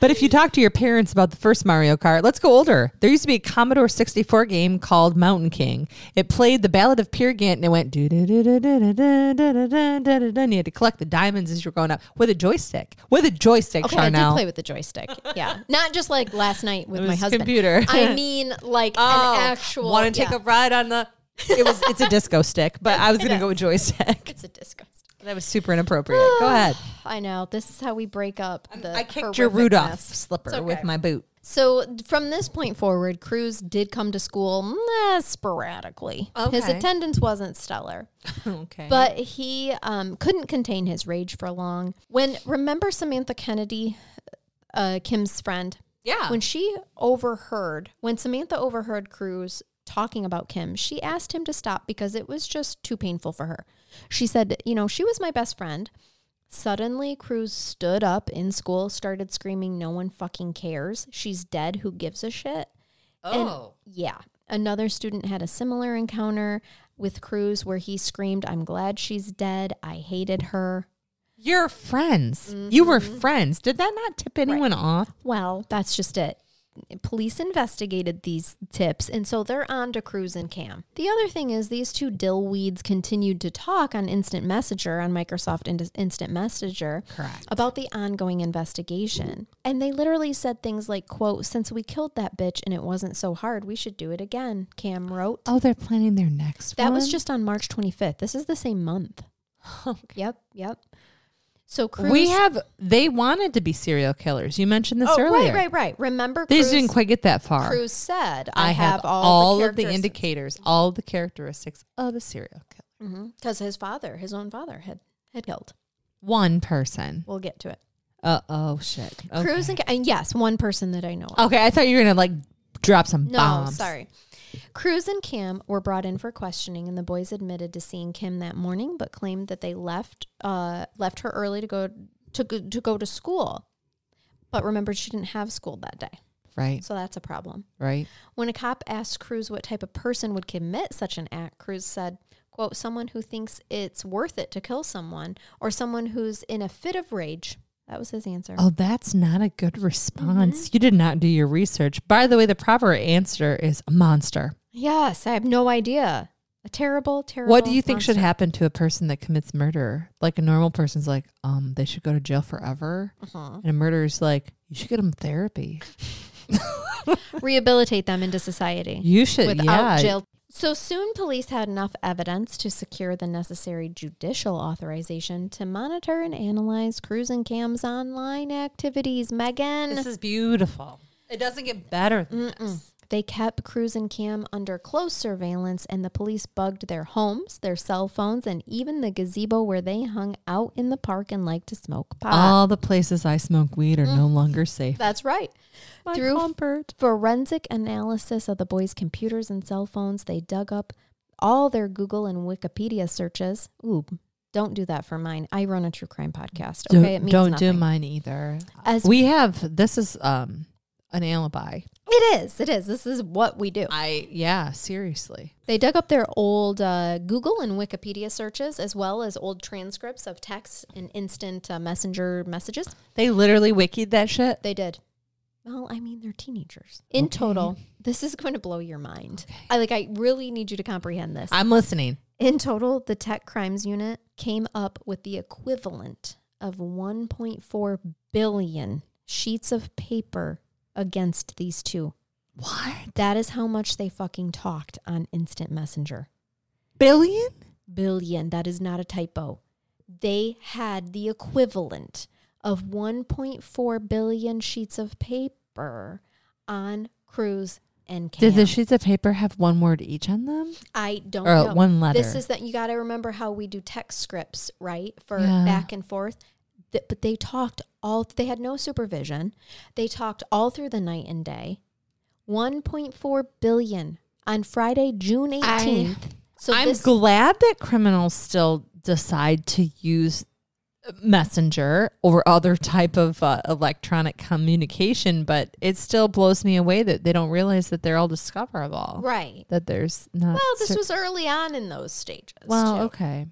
but if you talk to your parents about the first Mario Kart, let's go older. There used to be a Commodore 64 game called Mountain King. It played the Ballad of Peer Gynt and it went do do do do do do do do do do do do. And you had to collect the diamonds as you were going up with a joystick. With a joystick,
Okay, I did
Charnel.
play with the joystick. Yeah, not just like last night with my
was
husband.
computer. *laughs*
I mean, like
Oh,
an actual.
Want to take
yeah.
a ride on the? It was. It's a disco stick, but I was going to go with joystick.
It's a disgust.
That was super inappropriate. Go ahead.
I know. This is how we break up. The
I kicked your
horrific
Rudolph
mess.
slipper
It's okay.
with my boot.
So from this point forward, Cruz did come to school eh, sporadically. His
Okay.
attendance wasn't stellar.
Okay.
But he um, couldn't contain his rage for long. When remember Samantha Kennedy, uh, Kim's friend,
yeah.
when she overheard, when Samantha overheard Cruz talking about Kim, she asked him to stop because it was just too painful for her. She said, "You know, she was my best friend." Suddenly, Cruz stood up in school, started screaming, "No one fucking cares. She's dead. Who gives a shit?"
oh.
Yeah. Another student had a similar encounter with Cruz where he screamed, I'm glad she's dead. I hated her.
You're friends. You were
Mm-hmm.
friends. Did that not tip anyone off?
Well, that's just it. Police investigated these tips, and so they're on to Cruz and Cam. The other thing is, these two dillweeds continued to talk on Instant Messenger, on Microsoft Ind- Instant Messenger,
Correct.
about the ongoing investigation. And they literally said things like, quote, since we killed that bitch and it wasn't so hard, we should do it again, Cam wrote.
Oh, they're planning their next
That
one.
was just on March 25th. This is the same month. Yep, yep. So Cruz,
We have. They wanted to be serial killers. You mentioned this
oh,
earlier.
right, right, right. Remember,
They
Cruz,
just didn't quite get that far.
Cruz said, "I,
I
have, all,
of the
characteristics-
indicators, all the characteristics of a serial killer.
because Mm-hmm. his father, his own father, had had killed.
One person.
We'll get to it.
Uh oh, shit. Okay.
Cruz and, and yes, one person that I know. Of.
okay, I thought you were gonna like drop some
No,
bombs.
sorry. Cruz and Cam were brought in for questioning, and the boys admitted to seeing Kim that morning, but claimed that they left uh, left her early to go to go- to go to school. But remember, she didn't have school that day,
Right.
so that's a problem.
Right.
When a cop asked Cruz what type of person would commit such an act, Cruz said, quote, someone who thinks it's worth it to kill someone or someone who's in a fit of rage. That was his answer.
Oh, that's not a good
Mm-hmm.
response. You did not do your research. By the way, the proper answer is a monster.
Yes, I have no idea. A terrible, terrible.
What do you think should
monster.
happen to a person that commits murder? Like a normal person's like, um, they should go to jail forever.
Mm-hmm.
And a murderer's like, you should get them therapy.
Rehabilitate them into society.
You should,
without
yeah.
jail. So soon, police had enough evidence to secure the necessary judicial authorization to monitor and analyze Cruz and Cam's online activities. Megan.
This is beautiful. It doesn't get better than this.
They kept Cruz and Cam under close surveillance, and the police bugged their homes, their cell phones, and even the gazebo where they hung out in the park and liked to smoke pot.
All the places I smoke weed are no longer safe.
That's right.
My
Mm-hmm. Through
comfort.
forensic analysis of the boys' computers and cell phones, they dug up all their Google and Wikipedia searches. Ooh, don't do that for mine. I run a true crime podcast.
Don't-
Okay, it means
don't
nothing.
do mine either.
As-
we have this is um an alibi.
It is. It is. This is what we do.
I yeah, seriously.
They dug up their old uh, Google and Wikipedia searches, as well as old transcripts of text and instant uh, messenger messages.
They literally wikied that shit.
They did. Well, I mean, they're teenagers. In total, this is going to blow your mind. I like. I really need you to comprehend this.
I'm listening.
In total, the tech crimes unit came up with the equivalent of 1.4 billion sheets of paper against these two.
What?
That is how much they fucking talked on Instant Messenger.
Billion?
Billion. That is not a typo. They had the equivalent of 1.4 billion sheets of paper on Cruz and Cam.
Did the sheets of paper have one word each on them?
I don't
Or
know.
one letter?
This is that you got to remember how we do text scripts, right? For
Yeah.
back and forth. Th- but they talked all, they had no supervision. They talked all through the night and day. 1.4 billion on Friday, June 18th.
I-
so
I'm
this,
glad that criminals still decide to use messenger or other type of uh, electronic communication, but it still blows me away that they don't realize that they're all discoverable.
right.
That there's not.
Well, this
cer-
was early on in those stages.
well,
too.
okay.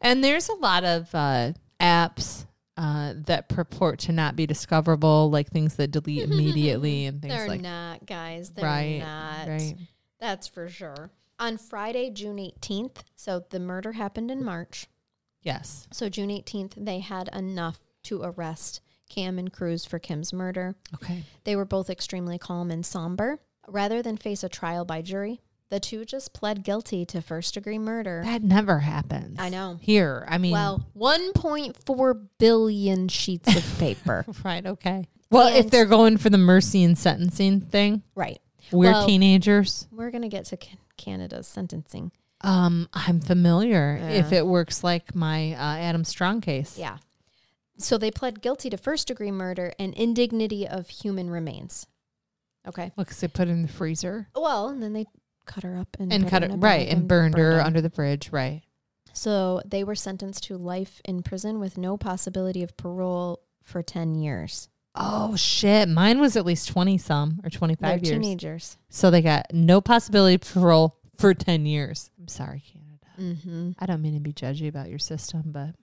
And there's a lot of uh, apps uh, that purport to not be discoverable, like things that
*laughs*
delete immediately and things
They're
like
not, guys. They're
right,
not.
right.
That's for sure. On Friday, June 18th, so the murder happened in March.
Yes.
So June 18th, they had enough to arrest Cam and Cruz for Kim's murder.
Okay.
They were both extremely calm and somber. Rather than face a trial by jury, the two just pled guilty to first degree murder.
That never happens.
I know.
Here, I mean,
Well, 1.4 billion sheets of
*laughs*
paper.
Right. Okay. Well, if
And-
they're going for the mercy and sentencing thing,
right.
we're
Well-
teenagers.
We're going to get to Can- Canada's sentencing.
Um, I'm familiar.
Yeah.
If it works like my uh, Adam Strong case,
Yeah. So they pled guilty to first degree murder and indignity of human remains. Okay.
because they put it in the freezer
Well, and then they cut her up and,
and
put
cut
her
it
in a
right
bag
and burned her
her.
under the bridge. Right.
So they were sentenced to life in prison with no possibility of parole for 10 years.
Oh shit! Mine was at least twenty some or twenty
They're
five years.
teenagers.
So they got no possibility of parole for ten years. I'm sorry, Canada.
hmm
I don't mean to be judgy about your system, but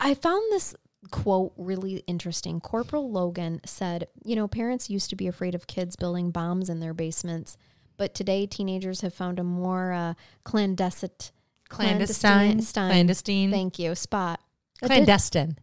I found this quote really interesting. Corporal Logan said, You know, parents used to be afraid of kids building bombs in their basements, but today teenagers have found a more uh, clandestine,
clandestine,
clandestine,
clandestine,
thank you, spot. It did-
clandestine.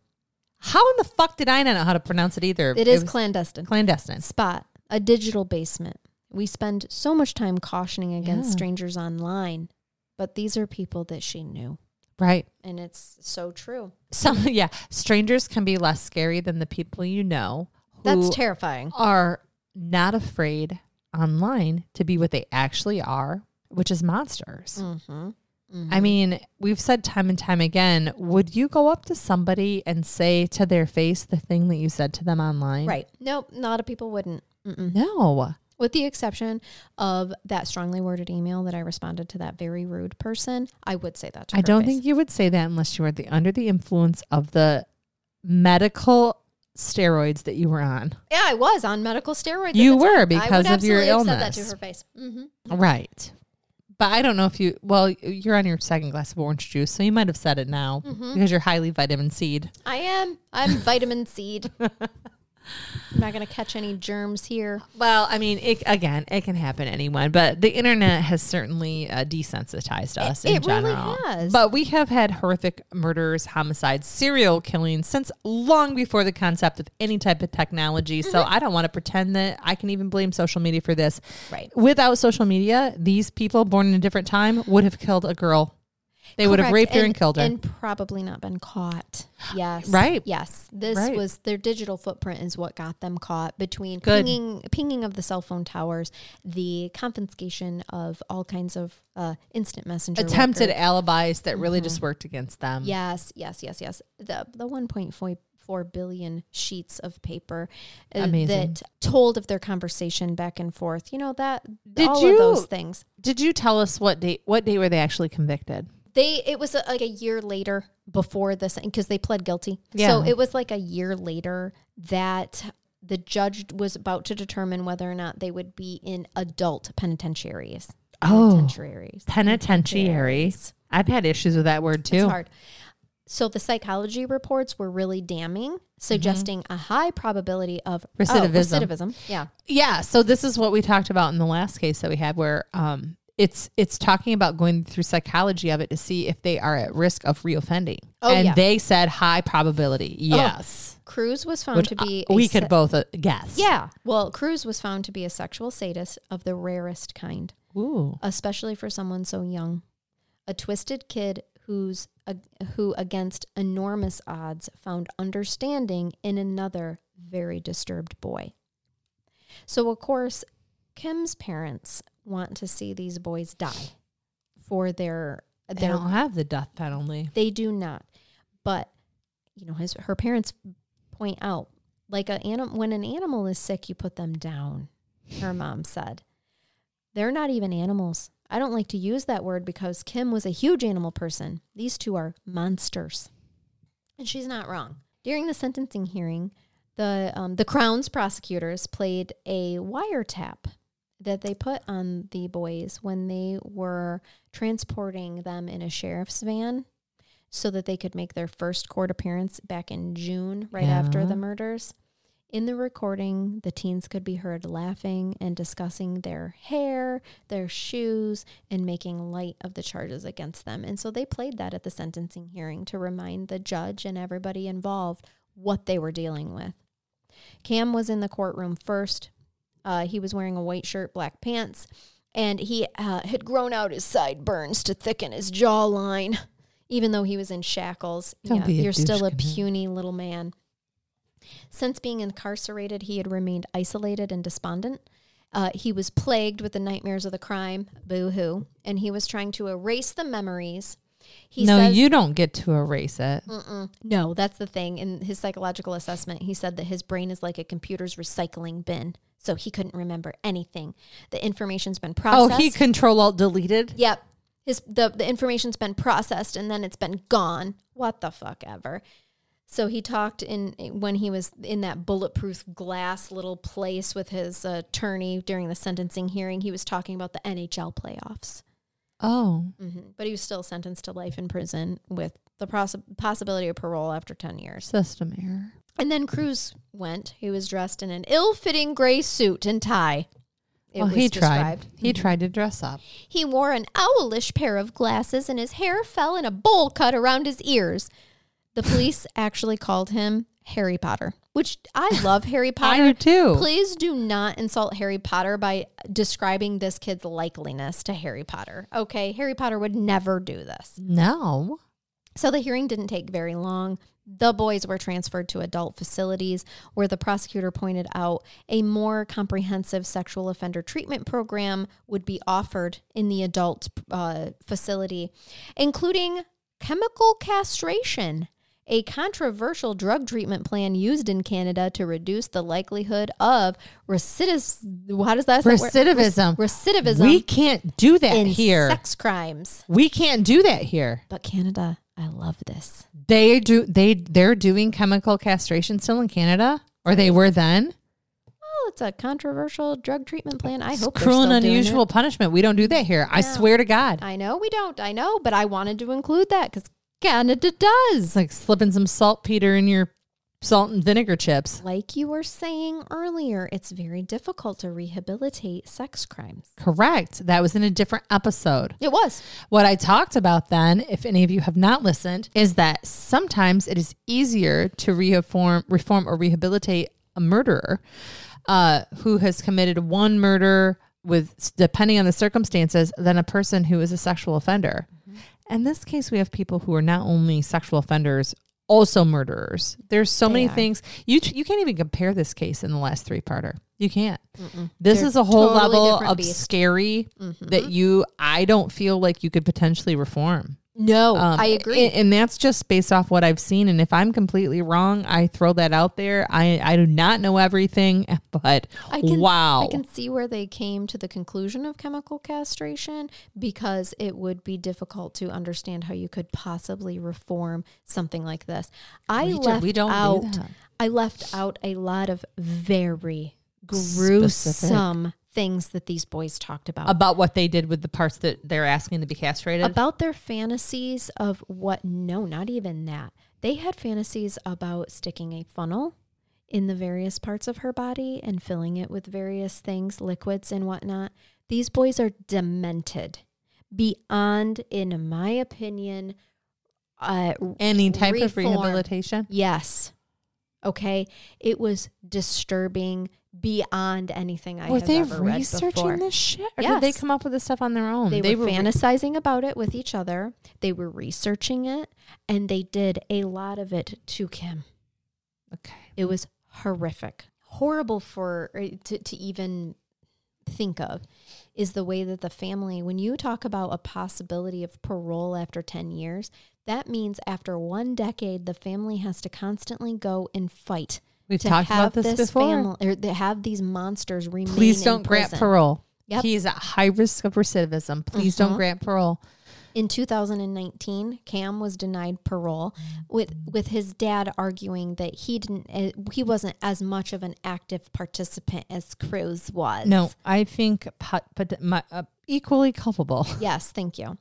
How in the fuck did I not know how to pronounce it either?
it is
was
clandestine.
clandestine.
spot, a digital basement. We spend so much time cautioning against
Yeah.
strangers online, but these are people that she knew.
Right.
And it's so true.
So *laughs* yeah, strangers can be less scary than the people you know who
That's terrifying.
are not afraid online to be what they actually are, which is monsters.
Mm-hmm.
I mean, we've said time and time again, would you go up to somebody and say to their face the thing that you said to them online?
Right. Nope, a lot of people wouldn't. Mm-mm.
No.
With the exception of that strongly worded email that I responded to that very rude person, I would say that to
I
her
don't
face.
think you would say that unless you were the under the influence of the medical steroids that you were on.
Yeah, I was on medical steroids. at
You
the time.
were
I would
because of your
absolutely have Said that to
illness.
her face. Mm-hmm.
Right. But I don't know if you, well, you're on your second glass of orange juice, so you might have said it now because you're highly vitamin C'd.
I am. I'm vitamin
*laughs*
seed. I'm not going to catch any germs here.
Well, I mean, it, again, it can happen to anyone, but the internet has certainly uh, desensitized us in
it really
general.
has.
But we have had horrific murders, homicides, serial killings since long before the concept of any type of technology. So
Mm-hmm.
I don't want to pretend that I can even blame social media for this.
Right.
Without social media, these people born in a different time would have killed a girl. They would have
Correct.
raped her and killed her.
And probably not been caught. Yes.
Right.
Yes. This
Right.
was their digital footprint is what got them caught between
Good.
pinging, pinging of the cell phone towers, the confiscation of all kinds of uh, instant messenger
attempted
records.
alibis that really
Mm-hmm.
just worked against them.
Yes. Yes. Yes. Yes. The the one point four billion sheets of paper uh,
Amazing.
that told of their conversation back and forth. You know that
Did
all
you-
of those things.
Did you tell us what date what date were they actually convicted?
They it was uh, like a year later before this because they pled guilty.
Yeah.
So it was like a year later that the judge was about to determine whether or not they would be in adult penitentiaries.
Oh.
penitentiaries.
Penitentiary. I've had issues with that word
It's
too.
hard. So the psychology reports were really damning, suggesting a high probability of oh,
Mm-hmm. Recidivism.
recidivism. Yeah.
Yeah, so this is what we talked about in the last case that we had where um it's it's talking about going through psychology of it to see if they are at risk of reoffending.
Oh,
and
yeah.
they said high probability. Yes.
Cruz was found
Which
to be
uh,
a
we
se-
could both uh, guess.
Yeah. Well, Cruz was found to be a sexual sadist of the rarest kind,
Ooh.
especially for someone so young. A twisted kid who's a, who against enormous odds found understanding in another very disturbed boy. So, of course, Kim's parents want to see these boys die for their
They
their
don't have the death penalty.
they do not. But you know, his her parents point out like a anim- when an animal is sick, you put them down. Her mom said, "They're not even animals." I don't like to use that word because Kim was a huge animal person. These two are monsters, and she's not wrong. During the sentencing hearing, the um, the Crown's prosecutors played a wiretap that they put on the boys when they were transporting them in a sheriff's van so that they could make their first court appearance back in June, right after
Yeah.
the murders. In the recording, the teens could be heard laughing and discussing their hair, their shoes, and making light of the charges against them. And so they played that at the sentencing hearing to remind the judge and everybody involved what they were dealing with. Cam was in the courtroom first. Uh, he was wearing a white shirt, black pants, and he uh, had grown out his sideburns to thicken his jawline, *laughs* even though he was in shackles.
Don't be a
you're still a
douche, Camille.
puny little man. Since being incarcerated, he had remained isolated and despondent. Uh, he was plagued with the nightmares of the crime, boo hoo, and he was trying to erase the memories. He
no,
says,
you don't get to erase it.
Mm-mm. No, that's the thing. In his psychological assessment, he said that his brain is like a computer's recycling bin, so he couldn't remember anything. The information's been
Oh,
processed.
he control alt deleted.
Yep. His the the information's been processed and then it's been gone. What the fuck ever. So he talked in when he was in that bulletproof glass little place with his attorney during the sentencing hearing. He was talking about the NHL playoffs.
Oh,
hmm But he was still sentenced to life in prison with the pros- possibility of parole after 10 years.
system error.
And then Cruz went. He was dressed in an ill fitting gray suit and tie. It
well, Oh, he
was
tried.
described.
He tried to dress up.
He wore an owlish pair of glasses and his hair fell in a bowl cut around his ears. The
*laughs*
police actually called him Harry Potter, which I love Harry Potter.
I do too.
Please do not insult Harry Potter by describing this kid's likeliness to Harry Potter. Okay, Harry Potter would never do this.
No.
So the hearing didn't take very long. The boys were transferred to adult facilities where the prosecutor pointed out a more comprehensive sexual offender treatment program would be offered in the adult uh, facility, including chemical castration, a controversial drug treatment plan used in Canada to reduce the likelihood of recidivism. How does that say?
Recidivism.
Recidivism
We can't do that
in
here.
sex crimes.
we can't do that here.
But Canada, I love this.
They do they they're doing chemical castration still in Canada? Or they were then?
Well, it's a controversial drug treatment plan. I hope they're
Cruel and
still doing
unusual
it.
punishment. We don't do that here. I
No.
swear to God.
I know we don't. I know, but I wanted to include that because Canada
It's
does.
like slipping some saltpeter in your salt and vinegar chips.
Like you were saying earlier, it's very difficult to rehabilitate sex crimes.
Correct. That was in a different episode.
It was.
What I talked about then, if any of you have not listened, is that sometimes it is easier to reform, reform or rehabilitate a murderer uh, who has committed one murder with, depending on the circumstances, than a person who is a sexual offender.
Mm-hmm.
In this case, we have people who are not only sexual offenders, also murderers. There's so many
are.
things you you can't even compare this case in the last three parter. You can't. This
They're
is a whole
totally
level
different
of
beasts. Mm-hmm.
scary that you I don't feel like you could potentially reform.
No,
Um,
I agree.
and, and that's just based off what I've seen. And if I'm completely wrong, I throw that out there. I I do not know everything, *laughs* but
I can,
wow,
I can see where they came to the conclusion of chemical castration because it would be difficult to understand how you could possibly reform something like this. I
We do-
left
we don't do
out.
that.
I left out a lot of very gruesome things that these boys talked about.
about what they did with the parts that they're asking to be castrated.
About their fantasies of what? No, not even that. They had fantasies about sticking a funnel in the various parts of her body and filling it with various things, liquids and whatnot. These boys are demented beyond, in my opinion, uh,
Any type of
Reform.
rehabilitation?
yes. Okay. It was disturbing beyond anything I
were
have
they
ever read before.
researching this shit, or
Yes.
did they come up with this stuff on their own?
They, were, fantasizing about it with each other. They were researching it, and they did a lot of it to Kim.
okay.
It was horrific, horrible for or to, to even think of. Is the way that the family, when you talk about a possibility of parole after 10 years, that means after one decade, the family has to constantly go and fight
We've
to
talked about
have
this, before.
family or to have these monsters remain.
Please
in
don't grant
prison.
parole.
Yep.
He is at high risk of recidivism. Please
Mhm.
don't grant parole.
In 2019, Cam was denied parole with with his dad arguing that he didn't eh, he wasn't as much of an active participant as Cruz was.
No, I think pot, pot, my, uh, equally culpable.
Yes, thank you.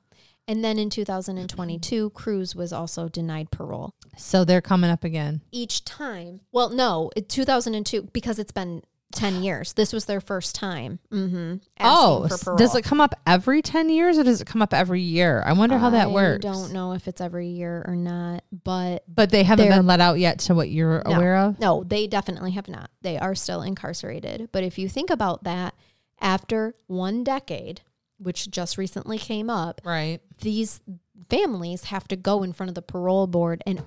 And then in 2022, Cruz was also denied parole.
So they're coming up again.
Each time, well, no, it- 2002 because it's been 10 years. This was their first time. Mm-hmm,
oh, s- does it come up every 10 years or does it come up every year? I wonder how that works.
I don't know if it's every year or not, but
But they haven't
They're-
been let out yet to what you're
No.
aware of?
No, they definitely have not. They are still incarcerated. But if you think about that, after one decade, which just recently came up,
Right.
these families have to go in front of the parole board and,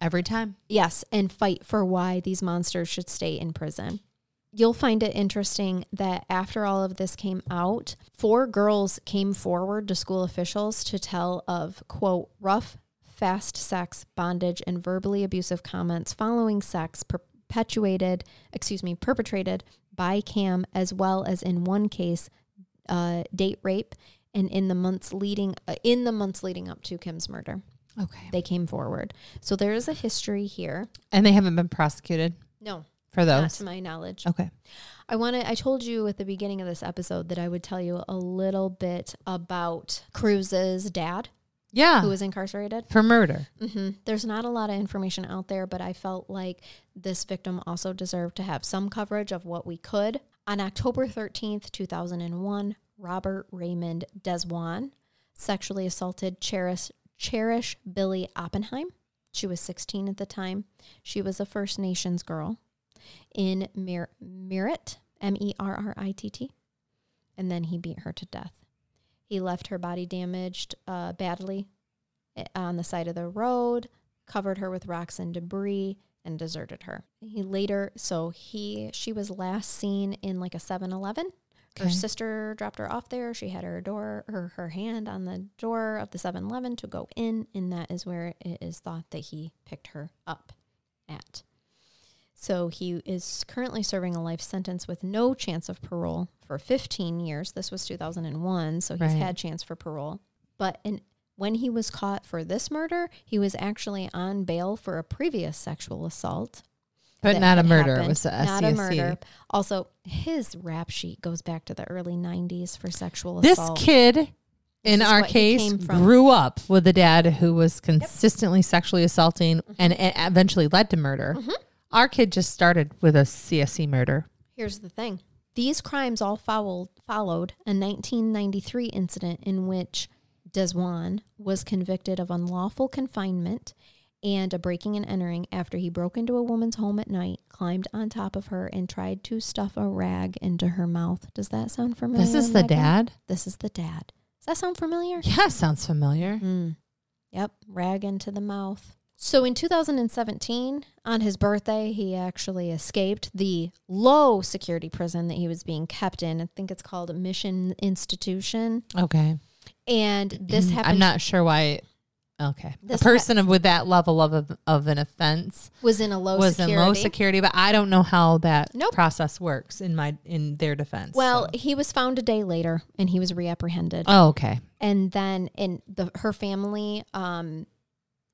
Every time.
yes, and fight for why these monsters should stay in prison. You'll find it interesting that after all of this came out, four girls came forward to school officials to tell of, quote, rough, fast sex, bondage, and verbally abusive comments following sex perpetuated, excuse me, perpetrated by Cam, as well as in one case, uh, date rape, and in the months leading uh, in the months leading up to Kim's murder,
Okay.
they came forward. So there is a history here.
And they haven't been prosecuted
No,
for
not
those.
to my knowledge.
Okay.
I want to. I told you at the beginning of this episode that I would tell you a little bit about Cruz's dad,
Yeah.
who was incarcerated.
for murder.
hmm There's not a lot of information out there, but I felt like this victim also deserved to have some coverage of what we could. On October 13th, 2001, Robert Raymond Deswan sexually assaulted Cherish, Cherish Billy Oppenheim. She was 16 at the time. She was a First Nations girl in Mer- Merritt, M E R R I T T. And then he beat her to death. He left her body damaged uh, badly i- on the side of the road, covered her with rocks and debris, and deserted her. He later, so he, she was last seen in like a 7 Eleven. Her
Okay.
sister dropped her off there. She had her door, her, her hand on the door of the 7 Eleven to go in, and that is where it is thought that he picked her up at. So he is currently serving a life sentence with no chance of parole for 15 years. This was 2001, so he's
Right.
had chance for parole. But in, when he was caught for this murder, he was actually on bail for a previous sexual assault.
But
that
not a
had
murder. It
happened.
was a E
Not a
SCSC.
murder. Also, his rap sheet goes back to the early 90s for sexual
This
assault.
kid, in
is
our
what he
case,
came from.
grew up with a dad who was consistently sexually assaulting
Mm-hmm.
and, and eventually led to murder. Our kid just started with a CSC murder.
Here's the thing these crimes all followed, followed a 1993 incident in which Deswan was convicted of unlawful confinement and a breaking and entering after he broke into a woman's home at night, climbed on top of her, and tried to stuff a rag into her mouth. Does that sound familiar?
This is the
Megan?
dad?
This is the dad. Does that sound familiar?
Yeah, sounds familiar.
Mm. Yep, rag into the mouth. So in 2017, on his birthday, he actually escaped the low security prison that he was being kept in. I think it's called Mission Institution.
Okay.
And this happened
I'm not sure why. Okay.
This
a
ha-
person of with that level of, of, of an offense
was in a low
was
security.
in low security, but I don't know how that
Nope.
process works in my in their defense.
Well,
so.
he was found a day later and he was reapprehended.
oh, okay.
and then in the her family um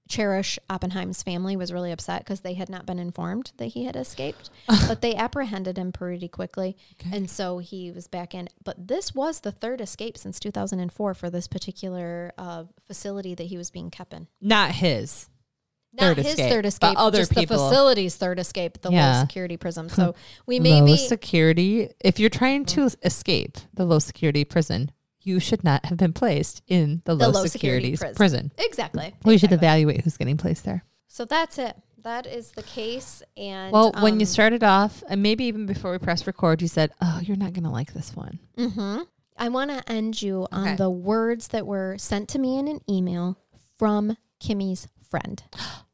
cherish oppenheim's family was really upset because they had not been informed that he had
*laughs*
escaped but they apprehended him pretty quickly
Okay.
and so he was back in but this was the third escape since 2004 for this particular uh, facility that he was being kept in
Not his.
Not
Third
his
escape,
third
but
escape,
other
just
people.
the facility's third escape, the low
Yeah.
security prison. So we
low
maybe
security. If you're trying to escape the low security prison, you should not have been placed in the,
the
low, security prison.
Exactly.
We should
exactly.
evaluate who's getting placed there.
So that's it. That is the case. And
Well, when you
um,
started off, and maybe even before we pressed record, you said, "Oh, you're not going to like this one."
Mm-hmm. I want to end you on
Okay.
the words that were sent to me in an email from Kimmy's friend.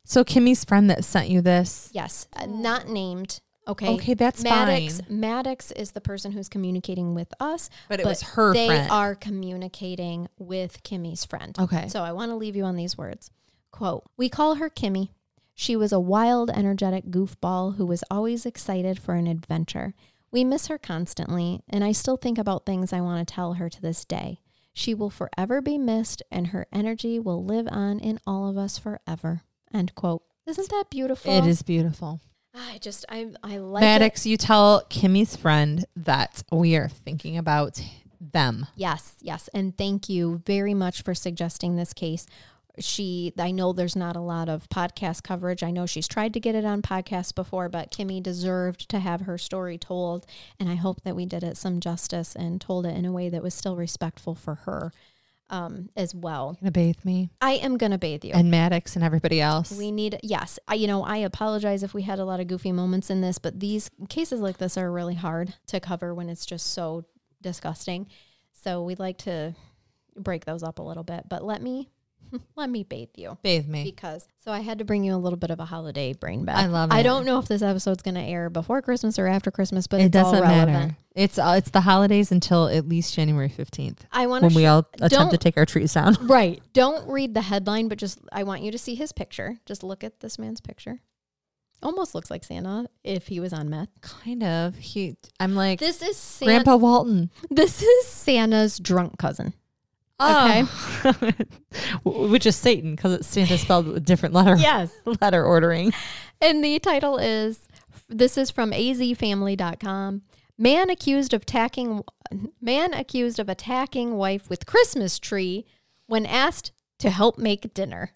So Kimmy's friend that sent you this.
Yes, uh, not named. Okay.
Okay, that's
Maddox.
fine.
Maddox is the person who's communicating with us,
But it was her
They
friend.
are communicating with Kimmy's friend.
Okay.
So I want to leave you on these words. Quote, we call her Kimmy. She was a wild, energetic goofball who was always excited for an adventure. We miss her constantly, and I still think about things I want to tell her to this day. She will forever be missed, and her energy will live on in all of us forever. End quote. Isn't that beautiful? Ah,
It is beautiful.
I just, I, I like it.
Maddox, you tell Kimmy's friend that we are thinking about them.
Yes, yes. And thank you very much for suggesting this case. She, I know there's not a lot of podcast coverage. I know she's tried to get it on podcasts before, but Kimmy deserved to have her story told. And I hope that we did it some justice and told it in a way that was still respectful for her um, as well.
Gonna bathe me
I am going to bathe you.
and Maddox and everybody else.
we need, yes, I, you know, I apologize if we had a lot of goofy moments in this, but these cases like this are really hard to cover when it's just so disgusting. So we'd like to break those up a little bit, but let me *laughs* let me bathe you
bathe me.
because so I had to bring you a little bit of a holiday brain bath.
I love
I
it.
don't know if this episode's going to air before Christmas or after Christmas, but
It
it's all
doesn't
relevant.
matter. It's uh, it's the holidays until at least January fifteenth
I want to
when we all
don't-
attempt to take our
*laughs*
trees down.
Right. Don't read the headline, but just I want you to see his picture. Just look at this man's picture. Almost looks like Santa if he was on meth.
Kind of. He. I'm like
This is Santa.
Grandpa Walton.
This is Santa's drunk cousin. Oh.
Okay. *laughs* Which is Satan because it's Santa spelled with different letter
Yes.
*laughs* letter ordering.
And the title is this is from azfamily.com. Man accused of attacking man accused of attacking wife with Christmas tree when asked to help make dinner.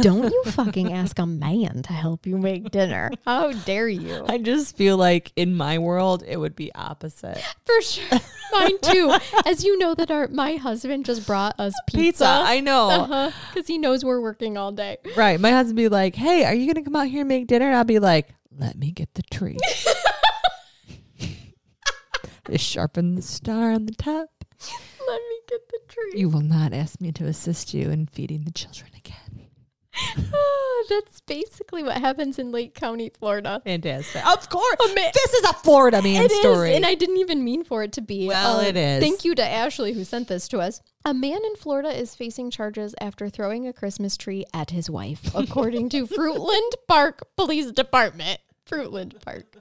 Don't you fucking ask a man to help you make dinner. How dare you?
*laughs* I just feel like in my world it would be opposite.
For sure. *laughs* Mine too. As you know that our my husband just brought us
*gasps* Pizza.
*laughs* pizza.
I know. *laughs*
Because he knows we're working all day.
Right. My husband be like, "Hey, are you gonna come out here and make dinner?" And I'll be like, "Let me get the tree." *laughs* Just sharpen the star on the top.
Let me get the tree.
You will not ask me to assist you in feeding the children again.
Ah, That's basically what happens in Lake County, *laughs* Florida.
Fantastic. Of course.
Ama-
*laughs* This is a Florida man
It is,
story.
and I didn't even mean for it to be. Uh,
Well, it is.
Thank you to Ashley who sent this to us. A man in Florida is facing charges after throwing a Christmas tree at his wife, according *laughs* to Fruitland Park Police Department. Fruitland Park.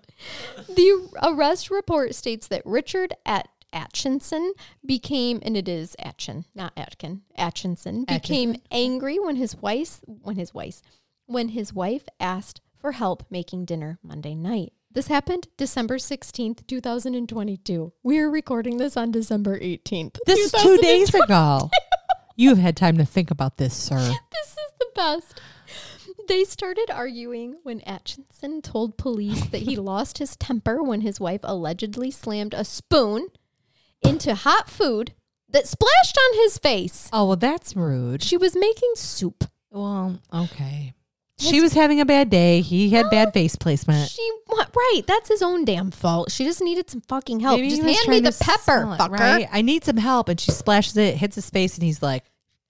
The arrest report states that Richard at Atchinson became, and it is Atchin, not Atkin, Atchinson became angry when his wife, when his wife, when his wife asked for help making dinner Monday night. This happened December 16th, 2022. We're recording this on December 18th.
this is two days ago. You've had time to think about this, sir.
This is the best. They started arguing when Atchison told police that
*laughs*
he lost his temper when his wife allegedly slammed a spoon into hot food that splashed on his face.
Oh well, that's rude.
She was making soup.
Well, okay. She was having a bad day. He had bad face placement.
She wa- right, that's his own damn fault. She just needed some fucking help.
Maybe he
just
was
hand me
trying
the
to
pepper,
sell it,
fucker.
right? I need some help. And she splashes it, hits his face, and he's like,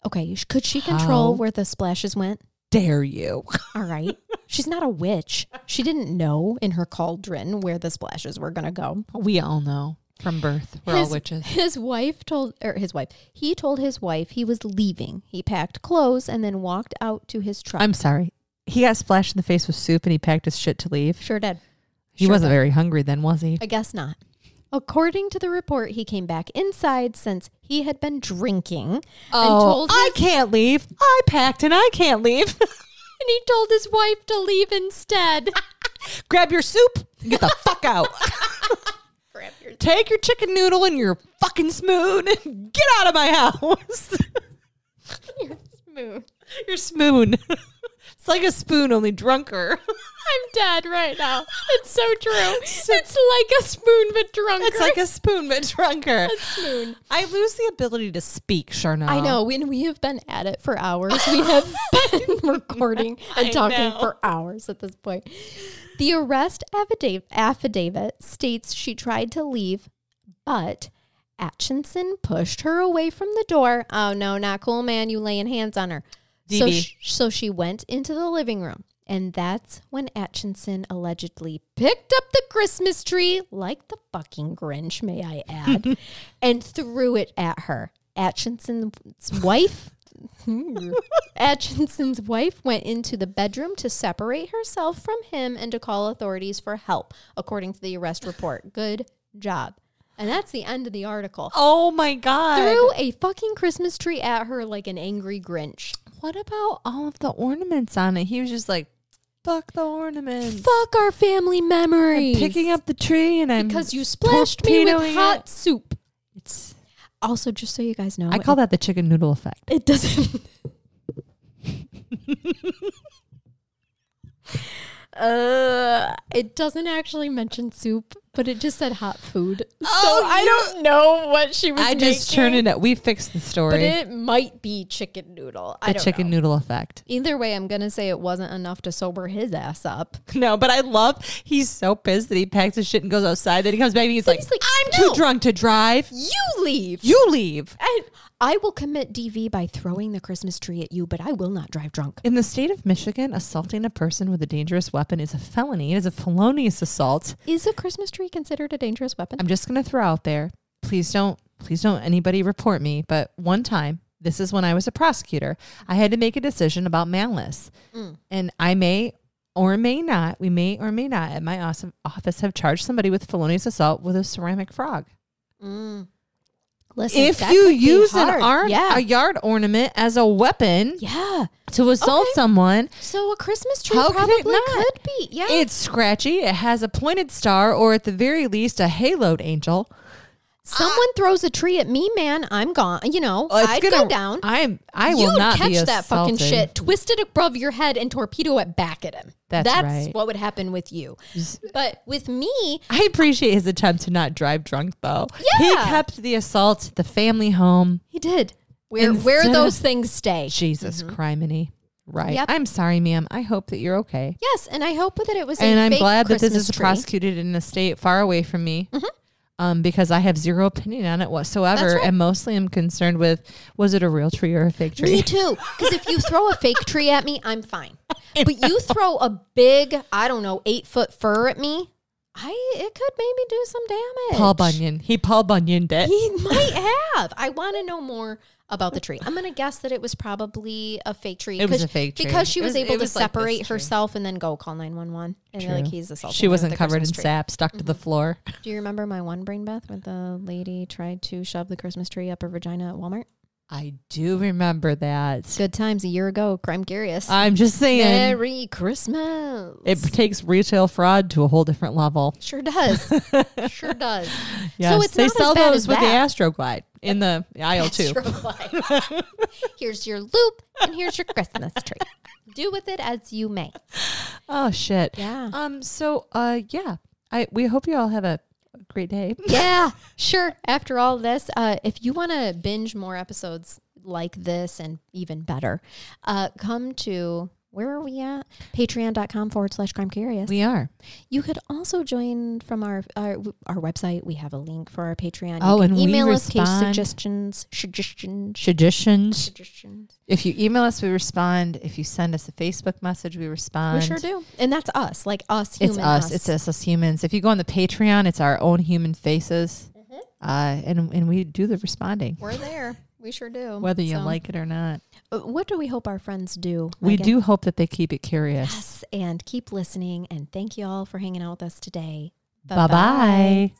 Okay, sh- could she control
How?
where the splashes went?
Dare you? *laughs*
All right. She's not a witch. She didn't know in her cauldron where the splashes were going to go.
We all know from birth. We're all witches.
His wife told, or his wife, he told his wife he was leaving. He packed clothes and then walked out to his truck.
I'm sorry. He got splashed in the face with soup and he packed his shit to leave.
sure did.
He
Sure
wasn't very hungry then, was he?
I guess not. According to the report, he came back inside since he had been drinking and told
Oh, I
his,
can't leave. I packed and I can't leave. *laughs*
and he told his wife to leave instead.
Grab your soup. and Get the fuck out.
*laughs* Grab *laughs* your
Take your chicken noodle and your fucking spoon *laughs* and get *laughs* out of my house.
spoon.
your spoon. *laughs* It's like a spoon, only drunker. *laughs*
I'm dead right now. It's *laughs* so true. it's like a spoon but drunker.
It's like a spoon, but drunker.
spoon.
I lose the ability to speak, Charnel.
I know. When we have been at it for hours, we
*laughs*
have been *laughs* recording and
I
talking
know.
for hours at this point. The arrest affidavit, affidavit states she tried to leave, but Atchinson pushed her away from the door. Oh no, not cool, man! You laying hands on her. So,
DB.
sh- so she went into the living room, and that's when Atchinson allegedly picked up the Christmas tree, like the fucking Grinch, may I
*laughs*
add, and threw it at her. Atchinson's
*laughs*
wife. Atchinson's wife went into the bedroom to separate herself from him and to call authorities for help, according to the arrest report. Good job. And that's the end of the article.
Oh my god.
Threw a fucking Christmas tree at her like an angry Grinch.
What about all of the ornaments on it? He was just like, "Fuck the ornaments."
Fuck our family memories.
Picking up the tree and I'm
because you splashed me with
torpedoing
hot
it.
soup.
It's,
Also, just so you guys know,
I call that the chicken noodle effect.
it, it doesn't. uh, it doesn't actually mention soup, but it just said hot food.
Oh,
so I don't know what she was.
I just
making,
turned it up. We fixed the story.
but it might be chicken noodle. I
the
don't
chicken
know.
noodle effect. *laughs*
Either way, I'm gonna say it wasn't enough to sober his ass up.
No, but I love. He's so pissed that he packs his shit and goes outside. Then he comes back and he's like,
he's like,
"I'm
"No."
too drunk to drive.
You leave.
You leave."
And I will commit DV by throwing the Christmas tree at you, but I will not drive drunk.
In the state of Michigan, assaulting a person with a dangerous weapon is a felony. It is a felonious assault.
Is a Christmas tree considered a dangerous weapon?
I'm just going to throw out there. Please don't, please don't anybody report me. But one time, this is when I was a prosecutor, I had to make a decision about malice. And I may or may not, we may or may not at my os- office have charged somebody with felonious assault with a ceramic frog.
Listen,
If
that
you
could be
use
hard.
an arm,
yeah,
a yard ornament as a weapon
yeah.
to assault
Okay.
someone,
So a Christmas tree
How could
probably
it
could,
not?
be. Yeah,
it's scratchy, it has a pointed star, or at the very least, a haloed angel.
someone throws a tree at me, man. I'm gone. You know,
Oh, uh, it's
I'd
gonna-
go down.
I'm. I will
You'd
not
catch
be
that fucking
assaulted.
shit, twist it above your head, and torpedo it back at him.
That's
That's
right.
what would happen with you. But with me,
I appreciate his attempt to not drive drunk, though. He
Yeah.
kept the assault, at the family home.
he did. Where where
Instead of-
those things stay.
Jesus criminy. Right.
Mm-hmm. Yep.
I'm sorry, ma'am. I hope that you're okay.
Yes, and I hope that it was.
and
a
I'm
fake
glad that
Christmas
this is
tree. Mm-hmm.
prosecuted in a state far away from me. Um, because I have zero opinion on it whatsoever,
That's right.
and mostly I'm concerned with was it a real tree or a fake
Me
tree?
too. Because if you throw a fake tree at me, I'm
*laughs*
fine. But you throw a big, I don't know, eight foot fur at me, I it could maybe do some damage.
Paul
*laughs*
Bunyan. He Paul Bunyaned it.
He might have. I want to know more about the tree. I'm gonna guess that it was probably a fake tree.
It was
'cause-
a fake tree.
because she
It
was,
was-
able
it
to
was like this
separate
tree.
herself and then go call 911. And they're like
True.
he's assaulting.
She
her with
wasn't
the
covered in
Christmas tree.
sap, stuck to the floor. *laughs*
Do you remember my one brain bath when the lady tried to shove the Christmas tree up her vagina at Walmart?
I do remember that.
Good times a year ago. Crime curious.
I'm just saying.
Merry Christmas.
It takes retail fraud to a whole different level.
sure
*laughs*
does. sure does.
Yes,
So it's
they
not
sell
as bad
those
as
with
that.
the Astroglide in the aisle too. *laughs*
Astroglide. here's your loop and here's your Christmas tree. Do with it as you
*laughs*
may.
Oh shit.
Yeah.
Um. So. Uh. Yeah. I. We hope you all have a great *laughs* day.
Yeah, sure. After all this, uh, if you want to binge more episodes like this and even better, uh, come to where are we at? Patreon.com forward slash crime curious.
We are.
You could also join from our, our our website. We have a link for our Patreon. You
Oh,
can
and we
email us case
respond-
suggestions, suggestions,
Traditions.
suggestions.
If you email us, we respond. If you send us a Facebook message, we respond.
We sure do, and that's us, like us, human
It's us. It's us as humans. If you go on the Patreon, it's our own human faces. Uh. And and we do the responding,
We're there. We sure do.
whether you
So,
like it or not.
uh, what do we hope our friends do?
We
Megan?
do hope that they keep it curious.
Yes, and keep listening. And thank you all for hanging out with us today.
Bye bye.